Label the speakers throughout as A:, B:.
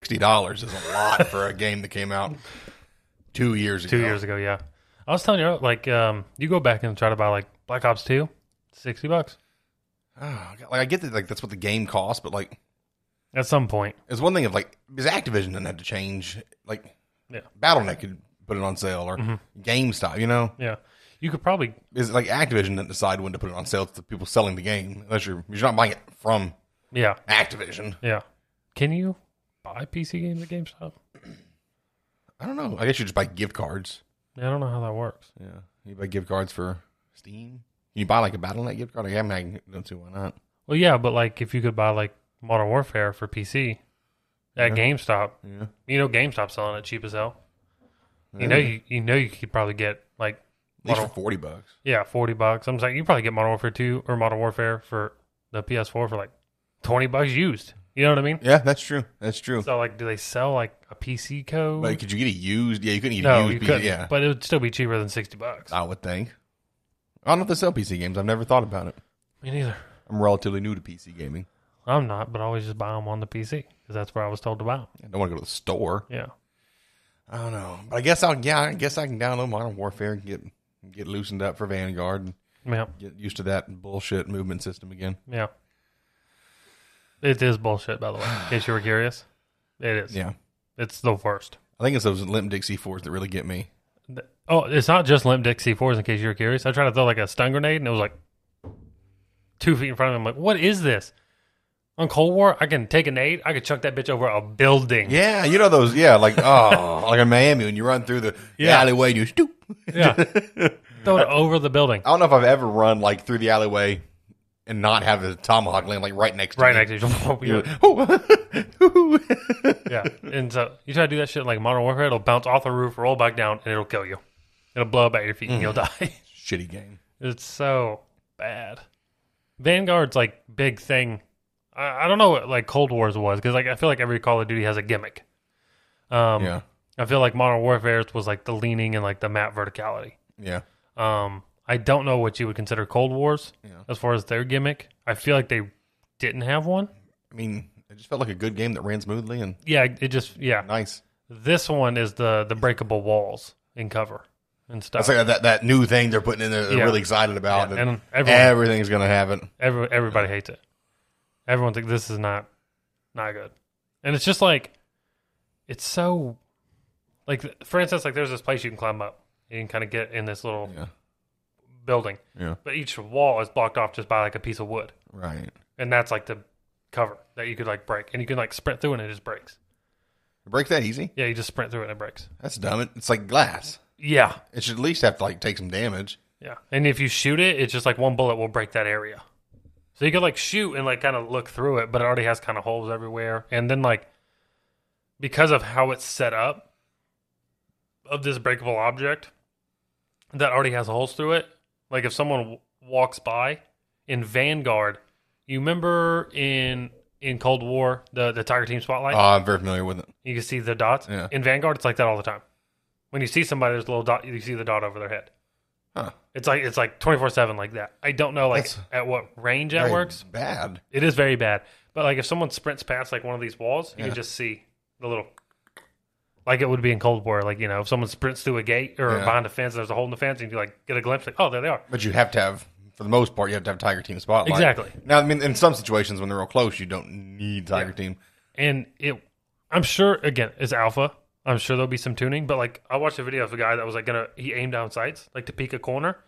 A: sixty dollars is a lot for a game that came out two years ago.
B: two years ago. Yeah, I was telling you, like, um, you go back and try to buy like Black Ops Two, sixty bucks
A: Oh, God. like I get that, like that's what the game costs, but like
B: at some point.
A: it's one thing if like because Activision doesn't have to change. Like
B: Yeah. Mm-hmm.
A: BattleNet could put it on sale or GameStop. You know,
B: Yeah, you could probably
A: is like Activision doesn't decide when to put it on sale. It's the people selling the game unless you're you're not buying it from
B: yeah
A: Activision.
B: yeah. Can you buy PC games at GameStop?
A: I don't know. I guess you just buy gift cards.
B: Yeah, I don't know how that works.
A: Yeah, you buy gift cards for Steam. You buy like a BattleNet gift card. Like, I, mean, I don't see why not.
B: Well, yeah, but like if you could buy like Modern Warfare for PC at GameStop,
A: Yeah.
B: you know GameStop's selling it cheap as hell. You know you you know you could probably get like
A: At least for
B: Modern-
A: forty bucks.
B: yeah forty bucks. I'm saying you probably get Modern Warfare two or Modern Warfare for the PS4 for like twenty bucks used. You know what I mean?
A: Yeah, that's true. That's true.
B: So like, do they sell like a PC code?
A: Like, could you get it used? Yeah, you couldn't get
B: no,
A: it
B: you
A: used.
B: couldn't.
A: yeah,
B: But it would still be cheaper than sixty bucks.
A: I would think. I don't know if they sell PC games. I've never thought about it.
B: Me neither.
A: I'm relatively new to PC gaming.
B: I'm not, but I always just buy them on the PC because that's where I was told to buy 'em.
A: I don't want to go to the store.
B: Yeah.
A: I don't know, but I guess I'll. Yeah, I guess I can download Modern Warfare and get get loosened up for Vanguard and
B: Yeah.
A: get used to that bullshit movement system again.
B: Yeah. It is bullshit, by the way. In case you were curious, it is.
A: Yeah,
B: It's the worst.
A: I think it's those Limp Dick C4s that really get me.
B: Th- Oh, it's not just Limp Dick C4s, in case you were curious. I tried to throw like a stun grenade and it was like two feet in front of me. I'm like, what is this? On Cold War, I can take a nade, I could chuck that bitch over a building.
A: Yeah, you know those. Yeah, like oh, like in Miami when you run through the, the
B: Yeah.
A: alleyway and you stoop.
B: Yeah. throw it over the building.
A: I don't know if I've ever run like through the alleyway and not have a tomahawk land like right next to
B: Right
A: me.
B: next to you.
A: Ooh.
B: yeah. And so you try to do that shit like Modern Warfare, it'll bounce off the roof, roll back down, and it'll kill you. It'll blow up at your feet and you'll die.
A: Shitty game.
B: It's so bad. Vanguard's like big thing. I, I don't know what like Cold Wars was because like I feel like every Call of Duty has a gimmick. Um,
A: Yeah,
B: I feel like Modern Warfare was like the leaning and like the map verticality.
A: yeah.
B: Um, I don't know what you would consider Cold Wars
A: Yeah.
B: as far as their gimmick. I feel like they didn't have one.
A: I mean, it just felt like a good game that ran smoothly and
B: Yeah, it just yeah.
A: nice.
B: This one is the the breakable walls and cover and stuff.
A: That's like that that new thing they're putting in there. They're
B: Uh, Yeah.
A: really excited about,
B: Yeah,
A: and,
B: and everyone-
A: everything's gonna have it.
B: Every, everybody hates it. Everyone's like, this is not not good. And it's just like it's so like for instance, like there's this place you can climb up. You can kind of get in this little
A: Yeah.
B: building.
A: Yeah.
B: But each wall is blocked off just by like a piece of wood.
A: Right.
B: And that's like the cover that you could like break. And you can like sprint through and it just breaks.
A: Break that easy.
B: Yeah, you just sprint through it and it breaks.
A: That's dumb. It- It's like glass.
B: Yeah.
A: It should at least have to like take some damage.
B: Yeah. And if you shoot it, it's just like one bullet will break that area. So you could like shoot and like kind of look through it, but it already has kind of holes everywhere. And then like because of how it's set up of this breakable object that already has holes through it, like if someone w- walks by in Vanguard, you remember in in Cold War the the Tiger Team spotlight,
A: Oh, I'm very familiar with it.
B: you can see the dots.
A: Yeah.
B: In Vanguard, it's like that all the time. When you see somebody, there's a little dot. You see the dot over their head.
A: Huh.
B: It's like it's like twenty four seven like that. I don't know like
A: That's-
B: at what range that
A: Very
B: works.
A: Bad.
B: It is very bad. But like if someone sprints past like one of these walls, you can just see the little like it would be in Cold War. Like you know if someone sprints through a gate or
A: Yeah.
B: behind a fence, there's a hole in the fence, and you like get a glimpse like oh there they are.
A: But you have to have, for the most part, you have to have Tiger Team spotlight.
B: Exactly.
A: Now, I mean, in some situations when they're real close, you don't need Tiger Team.
B: and it i'm sure again it's alpha i'm sure there'll be some tuning but like i watched a video of a guy that was like gonna he aimed down sights like to peek a corner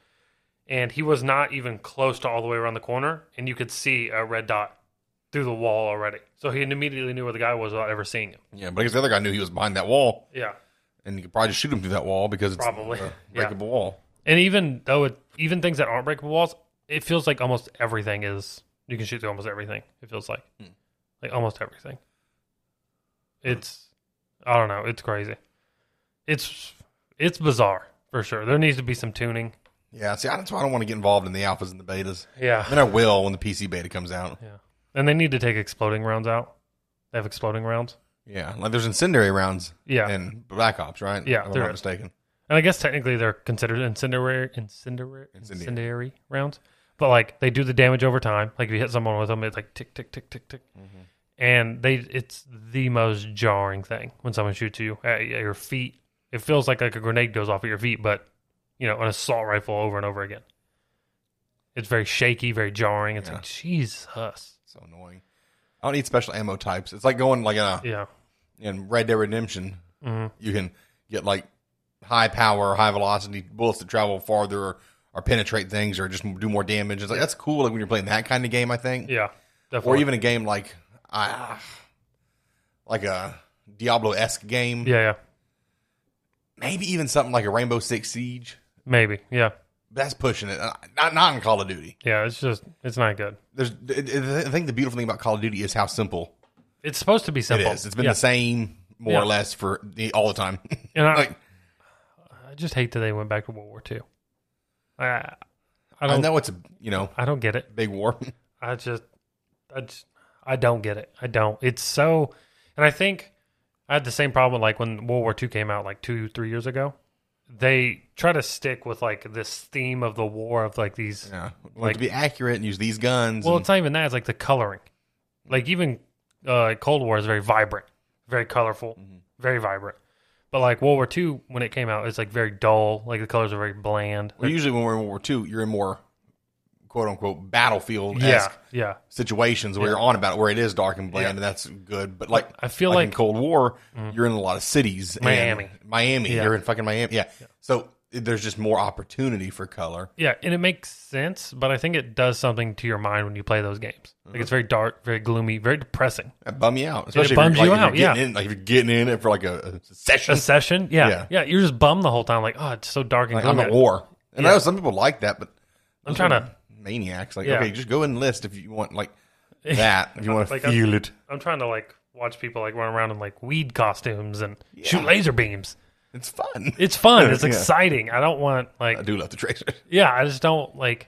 B: and he was not even close to all the way around the corner and you could see a red dot through the wall already so he immediately knew where the guy was without ever seeing him
A: Yeah, but I guess the other guy knew he was behind that wall,
B: yeah
A: and you could probably just shoot him through that wall because it's
B: Probably.
A: a
B: Yeah.
A: breakable wall.
B: and even though it even things that aren't breakable walls it feels like almost everything is you can shoot through almost everything it feels like like almost everything it's i don't know it's crazy it's it's bizarre for sure there needs to be some tuning
A: Yeah, see, I- that's why I don't want to get involved in the alphas and the betas. I
B: yeah
A: mean, I will when the PC beta comes out.
B: yeah and they need to take exploding rounds out they have exploding rounds
A: Yeah, like there's incendiary rounds
B: yeah and,
A: in Black Ops, right?
B: Yeah,
A: if I'm
B: there
A: not
B: is.
A: mistaken.
B: i guess technically they're considered incendiary incendiary
A: Incendiary.
B: incendiary,
A: Mm-hmm.
B: rounds but like they do the damage over time like if you hit someone with them it's like tick tick tick tick tick and they it's the most jarring thing when someone shoots you at your feet. It feels like like a grenade goes off at your feet, but you know an assault rifle over and over again. It's very shaky, very jarring. It's
A: Yeah.
B: like Jesus,
A: So annoying. I don't need special ammo types. It's like going like in a
B: yeah,
A: in Red Dead Redemption.
B: hmm
A: You can get like high power, high velocity bullets that travel farther or, or penetrate things or just do more damage. It's like that's cool. Like when you're playing that kind of game, I think.
B: yeah,
A: or
B: definitely.
A: even a game like I like a Diablo esque game.
B: yeah, yeah,
A: Maybe even something like a Rainbow Six Siege.
B: maybe, yeah,
A: That's pushing it. Uh, Not not in Call of Duty.
B: yeah. It's just it's not good.
A: There's I think the beautiful thing about Call of Duty is how simple
B: It's supposed to be
A: it
B: simple.
A: is. It's been
B: Yeah.
A: the same more
B: Yeah.
A: or less for the, all the time.
B: And I,
A: like
B: I just hate that they went back to World War II. I, I
A: I,
B: don't. I,
A: know it's a you know
B: don't get it.
A: big war.
B: I just, I just, I don't get it. I don't. It's so, and I think I had the same problem like when World War II came out, like two, three years ago. They try to stick with like this theme of the war of like these.
A: yeah, like,
B: Like-
A: to be accurate and use these guns.
B: Well,
A: and-
B: it's not even that. It's like the coloring. Like even uh, Cold War is very vibrant, very colorful, very vibrant. But like World War II, when it came out, it's like very dull. Like the colors are very bland.
A: well, usually when we're in World War Two, you're in more quote unquote battlefield
B: yeah, yeah.
A: situations where
B: Yeah.
A: you're on about where it is dark and bland,
B: Yeah.
A: and that's good. But like
B: I feel
A: in
B: like- Mm-hmm.
A: Cold War, you're in a lot of cities, and-
B: Miami.
A: Miami,
B: Yeah.
A: you're in fucking Miami, yeah. So there's just more opportunity for color.
B: Yeah, and it makes sense, but I think it does something to your mind when you play those games. Like
A: Uh-huh.
B: it's very dark, very gloomy, very depressing.
A: That bum you out, especially
B: bums
A: if
B: you
A: you're, like,
B: out,
A: if you're getting
B: yeah.
A: in, like if you're getting in it for like a, a session.
B: A session, yeah,
A: Yeah.
B: yeah, you're just bummed the whole time. Like, oh, it's so dark and
A: Like, I'm
B: gloomy.
A: at war, and I know some people like that, but
B: I'm
A: those
B: trying
A: are
B: to,
A: maniacs. Like
B: Yeah.
A: okay, just go and list if you want like that. If you want
B: Like,
A: to
B: I'm-
A: feel it,
B: I'm trying to like watch people like run around in like weed costumes and shoot
A: Yeah.
B: laser beams.
A: it's fun.
B: It's fun. It's
A: Yeah. Uh,
B: exciting. I don't want like,
A: I do love the tracers.
B: yeah, I just don't like.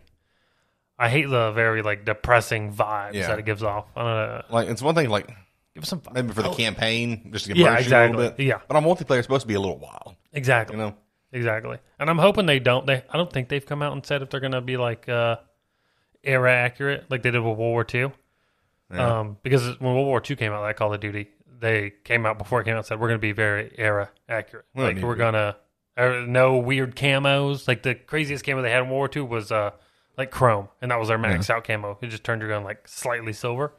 B: I hate the very like depressing vibes
A: Yeah.
B: that it gives off. Uh,
A: Like it's one thing like
B: give us some vibe.
A: maybe for the campaign just to immerse
B: Yeah,
A: you a little
B: exactly.
A: bit.
B: Yeah.
A: but on multiplayer it's supposed to be a little wild.
B: exactly.
A: You know,
B: Exactly. And I'm hoping they don't. They I don't think they've come out and said if they're going to be like uh, era accurate like they did with World War II.
A: Yeah.
B: Um, because when World War II came out, like Call of Duty, they came out before it came out and said we're going to be very era accurate.
A: Well,
B: like
A: you-
B: we're gonna uh, no weird camos. Like the craziest camo they had in World War II was uh like chrome, and that was their max out camo. It just turned your gun like slightly silver.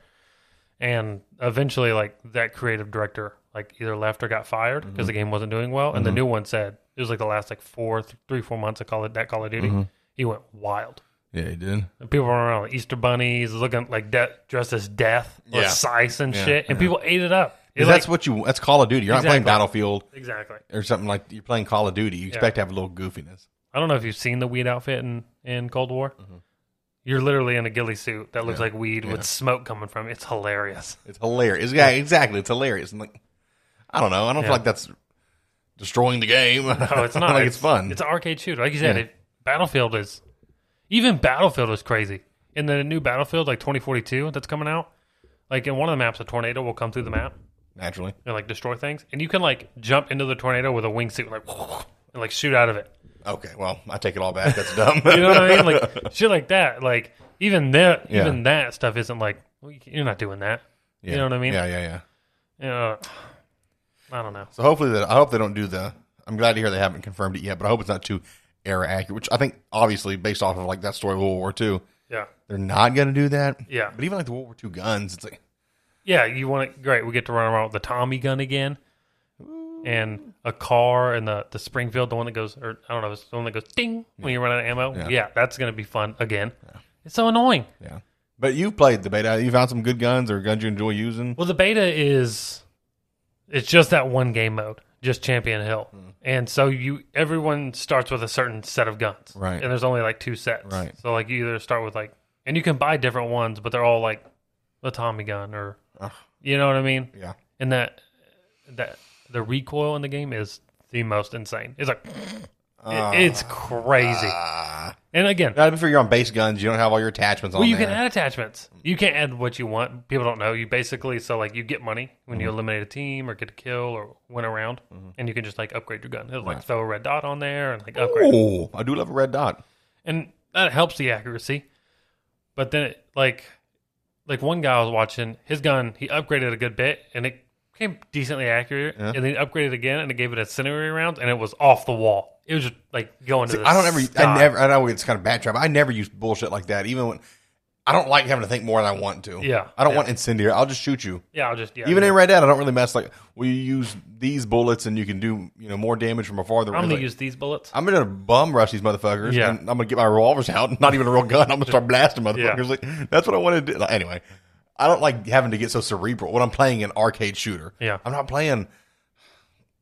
B: And eventually, like that creative director, like either left or got fired because the game wasn't doing well. And the new one said it was like the last like four, th- three, four months of Call of that Call of Duty. He went wild.
A: yeah, he did.
B: And people running around with Easter bunnies, looking like de- dressed as death or
A: Yeah.
B: sice and
A: Yeah,
B: shit, and people ate it up. It,
A: that's
B: like-
A: what you. That's Call of Duty. You're not playing
B: Exactly.
A: Battlefield
B: exactly.
A: or something like you're playing Call of Duty. You expect to have a little goofiness.
B: I don't know if you've seen the weed outfit in, in Cold War.
A: Mm-hmm.
B: You're literally in a ghillie suit that looks like weed with smoke coming from it. It's hilarious.
A: It's hilarious. Yeah, exactly. It's hilarious. And like, I don't know. I don't feel like that's destroying the game.
B: Oh, it's not.
A: like it's, fun.
B: It's an arcade shooter. Like you said, it, Battlefield is even Battlefield is crazy. In the new Battlefield, like 2042, that's coming out. Like in one of the maps, a tornado will come through the map
A: naturally.
B: and like destroy things, and you can like jump into the tornado with a wingsuit, like and like shoot out of it.
A: Okay. Well, I take it all back. That's dumb.
B: You know what I mean? Like shit like that. Like even that,
A: Yeah.
B: even that stuff isn't like well, you- you're not doing that.
A: yeah.
B: know what I mean?
A: Yeah, yeah, yeah.
B: You know, I don't know.
A: So hopefully, that I hope they don't do the. I'm glad to hear they haven't confirmed it yet, but I hope it's not too era accurate. Which I think, obviously, based off of like that story of World War II,
B: Yeah,
A: they're not going to do that.
B: yeah,
A: But even like the World War II guns, it's like
B: yeah. You want it? Great. We get to run around with the Tommy gun again, and a car, and the the Springfield, the one that goes, or I don't know, it's the one that goes ding when you run out of ammo.
A: Yeah.
B: Yeah, that's gonna be fun again. It's so annoying.
A: yeah. But you played the beta. You found some good guns or guns you enjoy using.
B: Well, the beta is it's just that one game mode, just Champion Hill,
A: Hmm.
B: and so you everyone starts with a certain set of guns,
A: Right.
B: And there's only like two sets,
A: Right.
B: So like you either start with like, and you can buy different ones, but they're all like the Tommy gun or,
A: Ugh.
B: you know what I mean?
A: Yeah.
B: And that that the recoil in the game is the most insane. It's like it-
A: Ah.
B: it's crazy.
A: Uh,
B: and again,
A: I figure you're on base guns. You don't have all your attachments on
B: well, you
A: there.
B: can add attachments. You can't add what you want. People don't know. You basically so like you get money when
A: Mm-hmm.
B: you eliminate a team or get a kill or win a round, and you can just like upgrade your gun. It'll like throw a red dot on there and like upgrade,
A: oh, I do love a red dot.
B: and that helps the accuracy. But then it, like like one guy I was watching, his gun, he upgraded a good bit and it came decently accurate.
A: Yeah.
B: And then he upgraded again and it gave it incendiary rounds and it was off the wall. It was just like going to the
A: I don't ever.
B: sky.
A: I never. I know it's kind of bad trap. I never use bullshit like that. Even when I don't like having to think more than I want to.
B: Yeah,
A: I don't
B: yeah.
A: want incendiary. I'll just shoot you.
B: Yeah, I'll just yeah.
A: Even
B: I
A: in Red Dead, I don't really mess. Like, well, you use these bullets and you can do you know more damage from a farther
B: am
A: range.
B: gonna
A: Like,
B: use these bullets.
A: I'm gonna bum rush these motherfuckers.
B: Yeah.
A: and I'm gonna get my revolvers out. Not even a real gun. I'm gonna start blasting motherfuckers. Like, that's what I want to do. Like, anyway, I don't like having to get so cerebral when I'm playing an arcade shooter.
B: Yeah.
A: I'm not playing.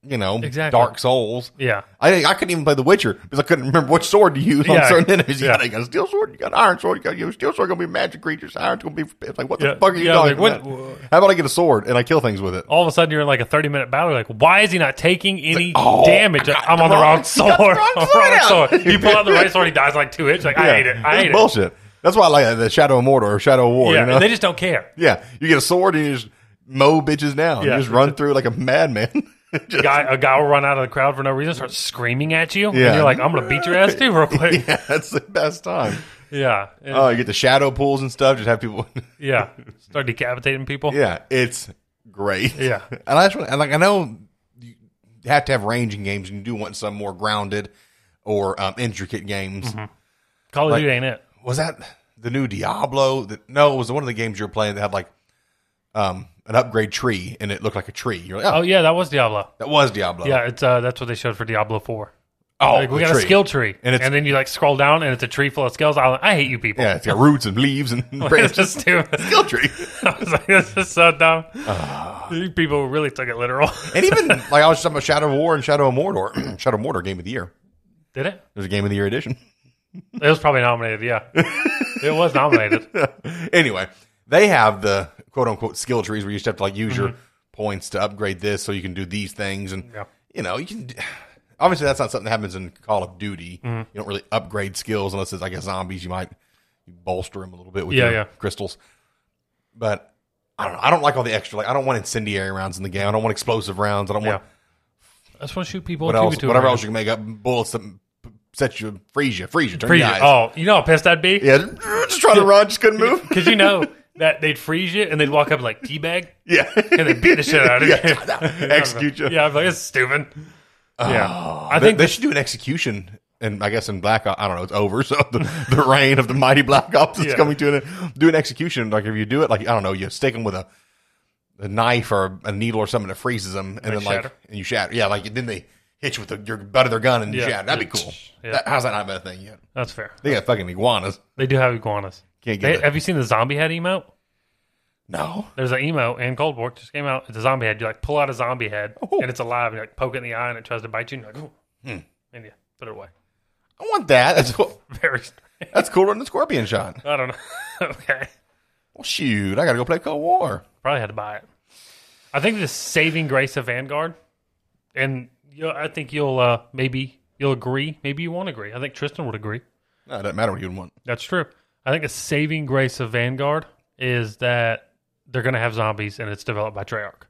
A: You know,
B: Exactly.
A: Dark Souls.
B: yeah.
A: I I couldn't even play The Witcher because I couldn't remember which sword to use on
B: Yeah.
A: certain enemies. You,
B: Yeah.
A: got, you got a steel sword, you got an iron sword, you got you know, steel sword gonna be magic creatures, iron's gonna be it's like what the
B: Yeah.
A: fuck are you
B: Yeah,
A: talking
B: like,
A: about?
B: what- Oh,
A: How about I get a sword and I kill things with it?
B: All of a sudden you're in like a thirty minute battle, you're like, why is he not taking any
A: oh,
B: damage?
A: I got
B: I'm
A: the
B: on the
A: wrong-
B: wrong,
A: you
B: sword.
A: got the wrong
B: I'm
A: sword out.
B: sword. You pull out the right sword, he dies like two inches. Like I hate it. I
A: it's
B: hate it.
A: bullshit. That's why I like the Shadow of Mordor or Shadow of War.
B: Yeah,
A: you
B: and
A: know?
B: they just don't care.
A: yeah, you get a sword and you just mow bitches down.
B: Yeah.
A: You just run through like a madman. Just-
B: guy a guy will run out of the crowd for no reason, start screaming at you,
A: Yeah.
B: and you're like, "I'm gonna beat your ass too, real quick."
A: yeah, that's the best time.
B: Yeah, yeah,
A: Oh, you get the shadow pools and stuff. Just have people.
B: yeah. start decapitating people.
A: Yeah, it's great.
B: Yeah.
A: and I just want, and like I know you have to have range in games, and you do want some more grounded or um, intricate games.
B: Mm-hmm. Call of Duty ain't it?
A: Was that the new Diablo? The, no, it was one of the games you were playing that had like um, an upgrade tree, and it looked like a tree. You're like, oh,
B: Oh yeah, that was Diablo.
A: that was Diablo.
B: Yeah, it's uh, that's what they showed for Diablo Four.
A: oh,
B: Like we
A: the
B: got a
A: tree.
B: skill tree,
A: And
B: and,
A: it's-
B: then you like scroll down, and it's a tree full of skills. I, I hate you people.
A: Yeah, it's got roots and leaves and
B: it's
A: branches.
B: just stupid.
A: skill tree.
B: I was like, this is so dumb. These people really took it literal.
A: And even like I was talking about Shadow of War and Shadow of Mordor, Shadow of Mordor game of the year.
B: Did it?
A: There's a game of the year edition.
B: It was probably nominated. Yeah, it was nominated.
A: anyway, they have the quote unquote skill trees where you just have to like use your points to upgrade this so you can do these things and
B: Mm-hmm. Yeah.
A: you know, you can obviously that's not something that happens in Call of Duty.
B: Mm-hmm.
A: You don't really upgrade skills unless it's like a zombies you might bolster them a little bit with
B: Yeah,
A: your
B: yeah.
A: crystals. But I don't know. I don't like all the extra like I don't want incendiary rounds in the game. I don't want explosive rounds. I don't
B: Yeah.
A: want
B: I just want to shoot people.
A: what
B: and
A: else,
B: 2v2
A: whatever
B: around.
A: else you can make up bullets that p- set you freeze you, freeze you, turn
B: Freeze
A: your
B: you.
A: eyes.
B: Oh, you know how pissed I'd be.
A: Yeah, just trying to run, just couldn't move.
B: Because you know that they'd freeze you and they'd walk up like teabag
A: Yeah.
B: and they'd beat the shit out of you.
A: Yeah. Execute you. Oh,
B: Yeah, I'm like, it's stupid. Yeah. I
A: They,
B: think
A: they should do an execution. And I guess in Black Ops, I don't know, it's over. So the, the reign of the mighty Black Ops is
B: Yeah.
A: coming to an end. Do an execution. Like if you do it, like, I don't know, you stick them with a, a knife or a needle or something that freezes them. And,
B: They
A: then, like,
B: shatter.
A: and you shatter. Yeah, like, then they hit you with the, your butt of their gun and you
B: Yeah.
A: shatter. That'd be cool.
B: Yeah.
A: That- how's that not been a thing yet?
B: that's fair.
A: They got fucking iguanas.
B: They do have iguanas.
A: Can't
B: They-
A: get it.
B: have you seen the zombie head emote?
A: No.
B: There's an emote in Cold War just came out. It's a zombie head. You like pull out a zombie head
A: Oh.
B: and it's alive and you like poke it in the eye and it tries to bite you and you're like, ooh. And you put it away.
A: I want that. That's, cool.
B: Very strange.
A: that's cooler than the scorpion shot.
B: I don't know. okay.
A: Well, shoot, I got to go play Cold War.
B: Probably had to buy it. I think the saving grace of Vanguard, and you I think you'll uh, maybe you'll agree. Maybe you won't agree. I think Tristan would agree.
A: No, it doesn't matter what you would want.
B: That's true. I think the saving grace of Vanguard is that they're going to have zombies, and it's developed by Treyarch,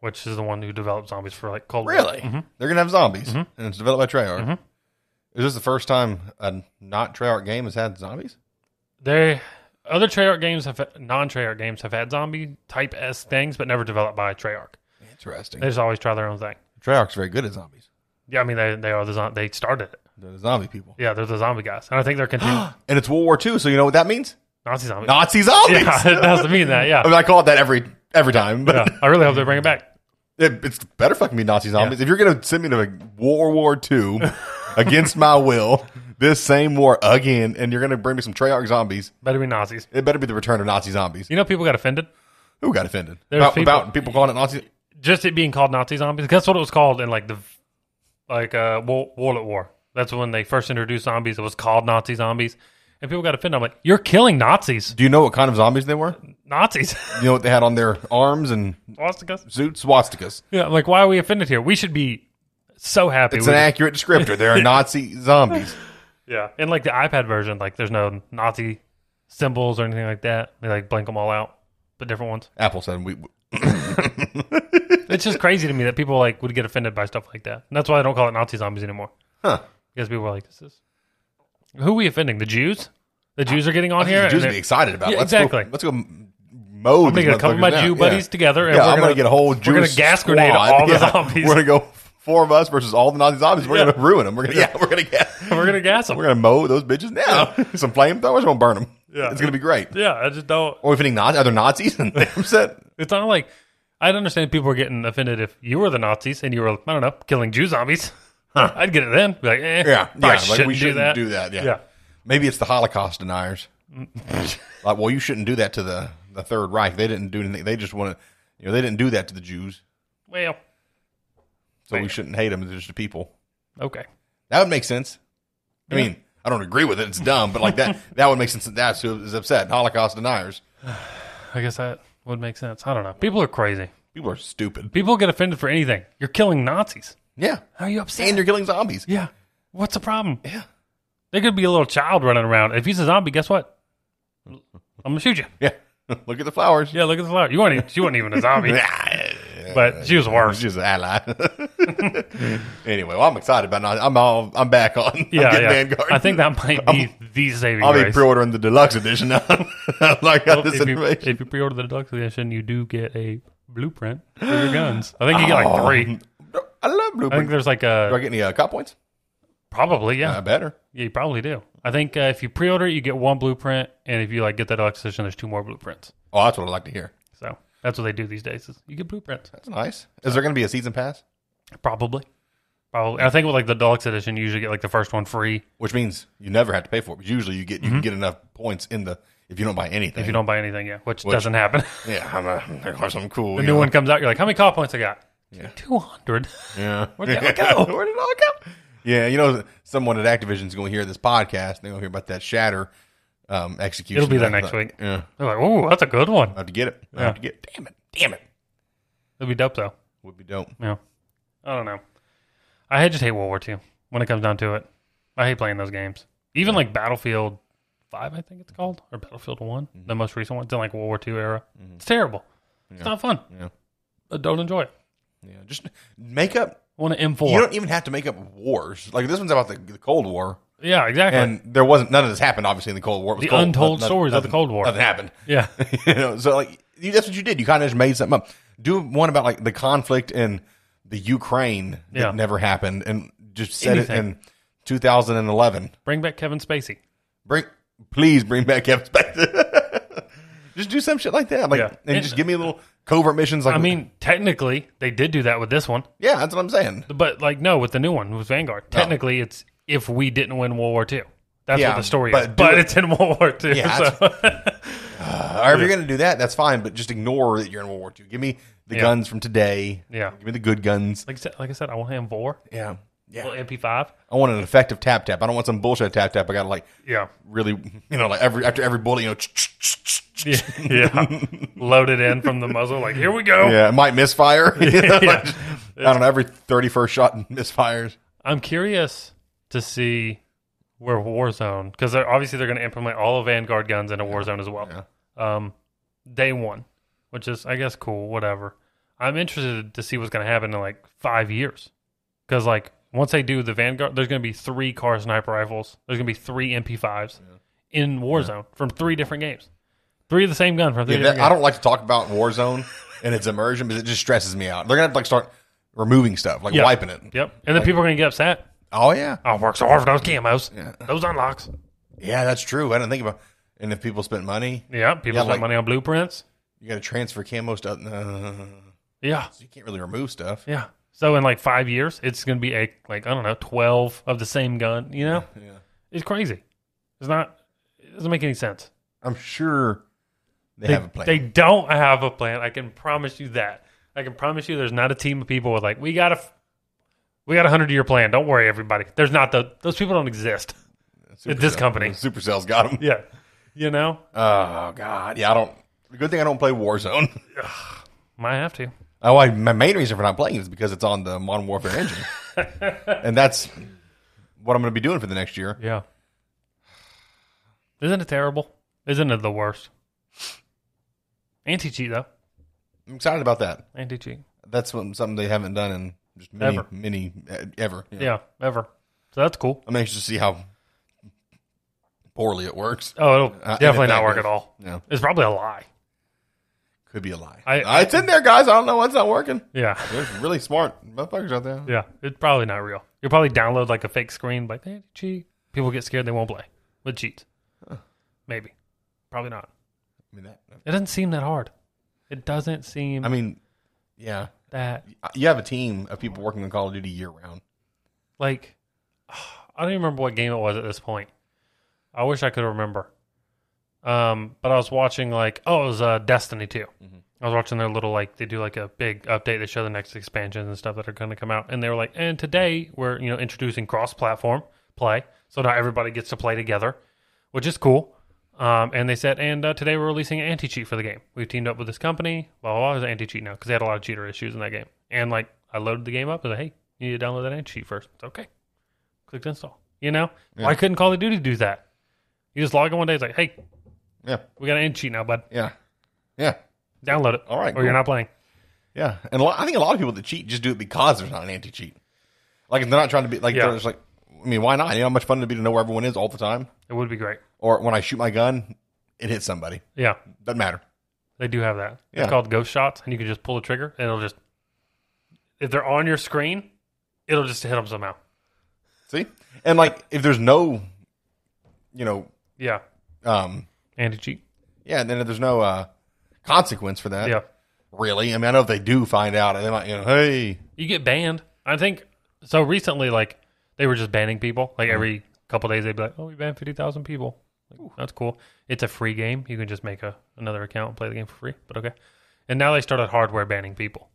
B: which is the one who developed zombies for like Cold War.
A: Really? Mm-hmm. They're gonna have zombies,
B: Mm-hmm.
A: and it's developed by Treyarch.
B: Mhm.
A: Is this the first time a not Treyarch game has had zombies?
B: They other Treyarch games have non-Treyarch games have had zombie type S things, but never developed by Treyarch.
A: Interesting.
B: They just always try their own thing.
A: Treyarch's very good at zombies.
B: Yeah, I mean they they are the zom- they started it.
A: They're the zombie people,
B: Yeah, they're the zombie guys, and I think they're continuing.
A: and it's World War II, so you know what that means?
B: Nazi zombies.
A: Nazi zombies.
B: Yeah, it does mean that.
A: I
B: Yeah.
A: mean, I call it that every every time, but
B: yeah. I really hope they bring it back.
A: it, it's better fucking be Nazi zombies. If you're gonna send me to like, World War II against my will, this same war again, and you're gonna bring me some Treyarch zombies,
B: Better be Nazis.
A: it better be the return of Nazi zombies.
B: You know, people got offended
A: Who got offended?
B: There's
A: About
B: people-
A: people, about people calling it Nazi.
B: just it being called Nazi zombies. That's what it was called in like the like uh Wo- World at War. That's when they first introduced zombies. It was called Nazi zombies, and people got offended. I'm like, you're killing Nazis,
A: Do you know what kind of zombies they were?
B: Nazis,
A: You know what they had on their arms and
B: swastikas.
A: suits? Swastikas.
B: Yeah, I'm like, why are we offended here? We should be so happy.
A: It's
B: we
A: an
B: just-
A: accurate descriptor. They are Nazi zombies.
B: yeah, and like the iPad version, like there's no Nazi symbols or anything like that. They like blank them all out, but different ones.
A: Apple said we.
B: It's just crazy to me that people like would get offended by stuff like that. And that's why I don't call it Nazi zombies anymore.
A: Huh.
B: Because people were like, this is. Who are we offending? The Jews? The Jews are getting on
A: Here,
B: here.
A: Jews
B: and
A: be
B: they're-
A: excited about.
B: Yeah,
A: let's
B: exactly.
A: Go, let's go mow.
B: I'm gonna get a couple of my Jew buddies together, and
A: yeah,
B: we're
A: I'm
B: gonna-
A: gonna get a whole
B: we're
A: Jewish
B: gonna gas grenade
A: squad.
B: all the
A: Yeah.
B: zombies.
A: We're gonna go four of us versus all the Nazi zombies. We're
B: Yeah.
A: gonna ruin them. We're gonna yeah. We're gonna get.
B: We're gonna gas them.
A: We're gonna mow those bitches now. Some flamethrowers gonna burn them.
B: Yeah.
A: it's gonna be great.
B: yeah, I just don't.
A: Or if any Nazi, other Nazis, and I'm set.
B: It's not like I'd understand people were getting offended if you were the Nazis and you were I don't know killing Jew zombies. I'd get it then. Be like, eh,
A: Yeah,
B: probably
A: yeah. Like
B: shouldn't
A: we shouldn't
B: do that.
A: Yeah.
B: Yeah.
A: Maybe it's the Holocaust deniers. like, well, you shouldn't do that to the the Third Reich. They didn't do anything. They just want to, you know, they didn't do that to the Jews.
B: Well,
A: So we
B: Right.
A: shouldn't hate them. They're just the people.
B: okay.
A: That would make sense. I mean, I don't agree with it. It's dumb, but like that, that would make sense. that That's who is upset. Holocaust deniers.
B: I guess that would make sense. I don't know. People are crazy.
A: People are stupid.
B: People get offended for anything. You're killing Nazis.
A: Yeah,
B: How are you upset?
A: and you're killing zombies.
B: yeah. What's the problem?
A: Yeah,
B: There could be a little child running around. If he's a zombie, guess what? I'm gonna shoot you.
A: yeah. Look at the flowers.
B: Yeah, look at the flower. You weren't. Even, she wasn't even a zombie, but she was worse.
A: She's an ally. anyway, well, I'm excited about. Nazi. I'm all. I'm back on.
B: Yeah,
A: I'm getting
B: yeah.
A: Vanguard.
B: I think that might be the saving
A: I'll be
B: grace.
A: pre-ordering the deluxe edition now. I got
B: Well,
A: this
B: if, you,
A: information.
B: if you pre-order the deluxe edition, you do get a blueprint for your guns. I think you get
A: Oh.
B: like three.
A: I love
B: I think
A: blueprint.
B: there's like
A: Do I
B: a
A: get any uh, cop points?
B: probably yeah.
A: I better.
B: Yeah, you probably do. I think uh, if you pre-order, it, you get one blueprint, and if you like get that deluxe edition, there's two more blueprints.
A: Oh, that's what I like to hear.
B: So that's what they do these days. Is you get blueprints,
A: That's nice. Is there going to be a season pass?
B: probably, probably. I think with like the deluxe edition, you usually get like the first one free
A: Which means you never have to pay for it. But usually, you get you can get enough points in the if you don't buy anything.
B: Mm-hmm. if you don't buy anything. Yeah, which, doesn't happen.
A: yeah, I'm a, of course I'm cool.
B: the new one comes out, you're like, how many call points I got? Two hundred.
A: Yeah.
B: Where did it all go?
A: Where did it all go? Yeah, you know, someone at Activision's going to hear this podcast. and They're going to hear about that Shatter um, execution.
B: It'll be there
A: Like,
B: next
A: like,
B: week.
A: Yeah,
B: They're like, oh, that's a good one.
A: I have to get it. I
B: Yeah.
A: have to get. It. Damn it! Damn it!
B: It'd be dope though.
A: Would be dope.
B: Yeah. I don't know. I just hate World War II when it comes down to it. I hate playing those games. Even like Battlefield 5, I think it's called, or Battlefield one the most recent one. It's in like World War II era. It's terrible. It's not fun.
A: Mm-hmm. Yeah.
B: I don't enjoy it.
A: Yeah, just make up.
B: I want an
A: You
B: M4.
A: don't even have to make up wars. Like this one's about the, the Cold War,
B: Yeah, exactly.
A: and there wasn't none of this happened. Obviously, in the Cold War, It was
B: The
A: cold.
B: untold stories of the Cold War.
A: Nothing happened.
B: yeah.
A: you know, so like you, that's what you did. You kind of just made something up. Do one about like the conflict in the Ukraine that
B: Yeah.
A: never happened, and just said it
B: Anything.
A: in 2011.
B: Bring back Kevin Spacey.
A: Bring, please bring back Kevin Spacey. just do some shit like that, like,
B: Yeah.
A: and,
B: And-
A: just give me a little covert missions. Like,
B: I mean, technically, they did do that with this one,
A: yeah, that's what I'm saying.
B: but like, no, with the new one, with Vanguard. Technically, it's if we didn't win World War II. That's
A: Yeah,
B: what the story
A: but
B: is.
A: do
B: But
A: it-
B: it's in World War II.
A: Yeah,
B: so.
A: Uh, or if you're going to do that, that's fine, but just ignore that you're in World War II. Give me the
B: Yeah.
A: guns from today.
B: Yeah.
A: Give me the good guns.
B: like, I said, like I said, I want an M4,
A: Yeah. Yeah.
B: little MP5.
A: I want an effective tap tap. I don't want some bullshit tap tap. I got to like
B: Yeah.
A: really, you know, like every after every bullet, you know,
B: Yeah, yeah. loaded in from the muzzle. Like here we go.
A: yeah, it might misfire. You know,
B: Yeah.
A: just- I don't know. Every thirty-first shot misfires.
B: I'm curious to see where Warzone because they're, obviously they're going to implement all of Vanguard guns into Warzone as well. Um, day one, which is I guess cool. Whatever. I'm interested to see what's going to happen in like five years because like once they do the Vanguard, there's going to be three car sniper rifles. There's going to be three MP5s in Warzone from three different games. Three of the same gun from three
A: Yeah,
B: different
A: that- I don't like to talk about Warzone and its immersion because it just stresses me out. They're gonna have to like start removing stuff, like
B: Yeah.
A: wiping it.
B: games. Yep. And then people are going to get upset.
A: Oh yeah,
B: I work so hard for those camos. Those unlocks.
A: yeah, that's true. I didn't think about. And if people spent money,
B: Yeah, people
A: Yeah,
B: spend
A: like-
B: money on blueprints.
A: you got to transfer camos to. Uh,
B: Yeah,
A: you can't really remove stuff.
B: yeah. So in like five years, it's going to be a like I don't know, twelve of the same gun. You know,
A: Yeah.
B: it's crazy. It's not. It doesn't make any sense.
A: I'm sure they, have a plan.
B: They don't have a plan. I can promise you that. I can promise you, there's not a team of people with like we got a, f- we got a hundred year plan. Don't worry, everybody. There's not the those people don't exist. this
A: Supercell.
B: company.
A: Supercell's got them.
B: Yeah, you know,
A: Oh god, yeah. I don't. Good thing I don't play Warzone.
B: might have to.
A: Oh, I, my main reason for not playing is because it's on the Modern Warfare engine, and that's what I'm going to be doing for the next year.
B: Yeah. Isn't it terrible? Isn't it the worst? Anti cheat though.
A: I'm excited about that.
B: Anti cheat.
A: That's what, something they haven't done in just many,
B: Ever.
A: many uh, ever.
B: Yeah. ever. So that's cool.
A: I'm anxious to see how poorly it works.
B: Oh, it'll
A: Uh,
B: definitely not
A: ineffective.
B: work at all.
A: No,
B: It's probably a lie.
A: could be a lie.
B: I-
A: Uh, it's in there, guys. I don't know what's not working.
B: Yeah.
A: There's really smart motherfuckers out there.
B: Yeah. It's probably not real. You'll probably download like a fake screen, like, man, cheat. People get scared, they won't play. But cheats. Maybe. Probably not.
A: I mean, that,
B: It doesn't seem that hard. It doesn't seem
A: I mean, yeah.
B: that
A: You have a team of people working on Call of Duty year round.
B: like I don't even remember what game it was at this point. I wish I could remember. Um, but I was watching like oh it was uh, Destiny 2 I was watching their little like they do like a big update. They show the next expansions and stuff that are going to come out, and they were like, and today we're you know introducing cross-platform play, so now everybody gets to play together, which is cool. Um, and they said, and uh, today we're releasing an anti-cheat for the game. We've teamed up with this company. Blah blah. blah. There's an anti-cheat now because they had a lot of cheater issues in that game. And like I loaded the game up and like, hey, you need to download that anti-cheat first. It's okay clicked install. You know, why couldn't Call of Duty do that? You just log in one day, it's like, hey,
A: Yeah,
B: we got an end cheat now, bud.
A: yeah, yeah,
B: Download it.
A: All right,
B: or
A: cool.
B: you're not playing.
A: yeah. And a lot, I think a lot of people that cheat just do it because there's not an anti cheat. Like they're not trying to be like
B: Yeah.
A: they're just like. I mean, why not? You know how much fun it'd be to know where everyone is all the time.
B: It would be great.
A: Or when I shoot my gun, it hits somebody.
B: Yeah,
A: Doesn't matter.
B: they do have that.
A: Yeah.
B: It's called ghost shots, and you can just pull the trigger, and it'll just if they're on your screen, it'll just hit them somehow.
A: See, and like if there's no, you know,
B: Yeah,
A: um,
B: anti cheat.
A: yeah, then if there's no uh consequence for that.
B: Yeah,
A: really. I mean, I know if they do find out, and they might, you know, hey,
B: you get banned. I think so. Recently, like they were just banning people. Like every couple days, they'd be like, "Oh, we banned fifty thousand people." Like, that's cool. It's a free game. You can just make a another account and play the game for free. But okay. And now they started hardware banning people.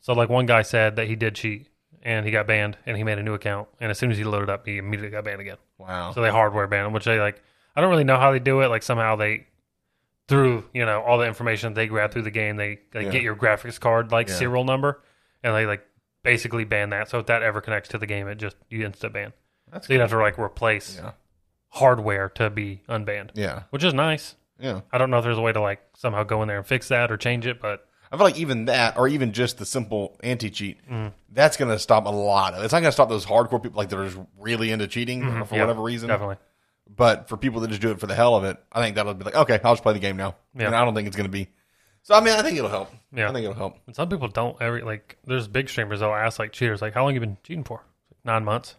B: So like one guy said that he did cheat and he got banned and he made a new account and as soon as he loaded up, he immediately got banned again.
A: wow,
B: So they hardware ban him, which they like. I don't really know how they do it. Like somehow they through you know all the information they grab through the game, they they
A: Yeah.
B: get your graphics card like
A: Yeah.
B: serial number, and they like basically ban that. So if that ever connects to the game, it just you insta ban.
A: That's
B: so you'd have to like replace
A: Yeah.
B: hardware to be unbanned,
A: yeah,
B: which is nice.
A: yeah.
B: I don't know if there's a way to like somehow go in there and fix that or change it, but
A: I feel like even that, or even just the simple anti cheat, that's going to stop a lot of. It's not going to stop those hardcore people like that are just really into cheating for
B: yeah,
A: whatever reason.
B: Mm-hmm. definitely.
A: But for people that just do it for the hell of it, I think that'll be like, okay, I'll just play the game now.
B: Yeah.
A: And I don't think it's going to be. So I mean, I think it'll help.
B: Yeah.
A: I think it'll help.
B: And some people don't every like. There's big streamers that'll ask like cheaters like, "How long you been cheating for?" It's like, Nine months.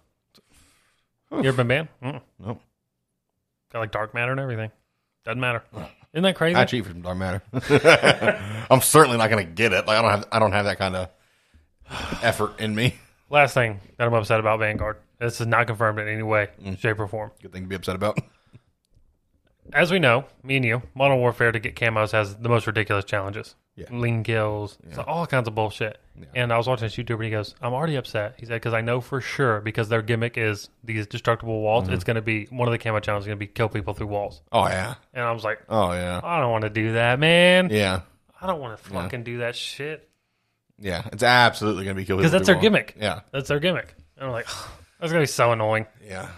B: You ever been banned? Mm.
A: Nope.
B: Got like dark matter and everything. Doesn't matter. Isn't that crazy?
A: I cheat for darn matter. I'm certainly not going to get it. Like I don't have. I don't have that kind of effort in me.
B: Last thing that I'm upset about Vanguard. This is not confirmed in any way, shape, or form.
A: Good thing to be upset about.
B: As we know, me and you, Modern Warfare to get camos has the most ridiculous challenges.
A: Yeah.
B: Lean kills, it's all kinds of bullshit. And I was watching this YouTuber and he goes, I'm already upset. He said, because I know for sure, because their gimmick is these destructible walls,
A: Mm-hmm.
B: it's going to be one of the camo challenges is going to be kill people through walls.
A: Oh yeah.
B: And I was like,
A: Oh yeah.
B: I don't want to do that, man.
A: Yeah.
B: I don't want to fucking do that shit.
A: Yeah, it's absolutely going to be killed
B: Because that's their gimmick.
A: Yeah,
B: That's their gimmick. And I'm like, that's going to be so annoying.
A: yeah,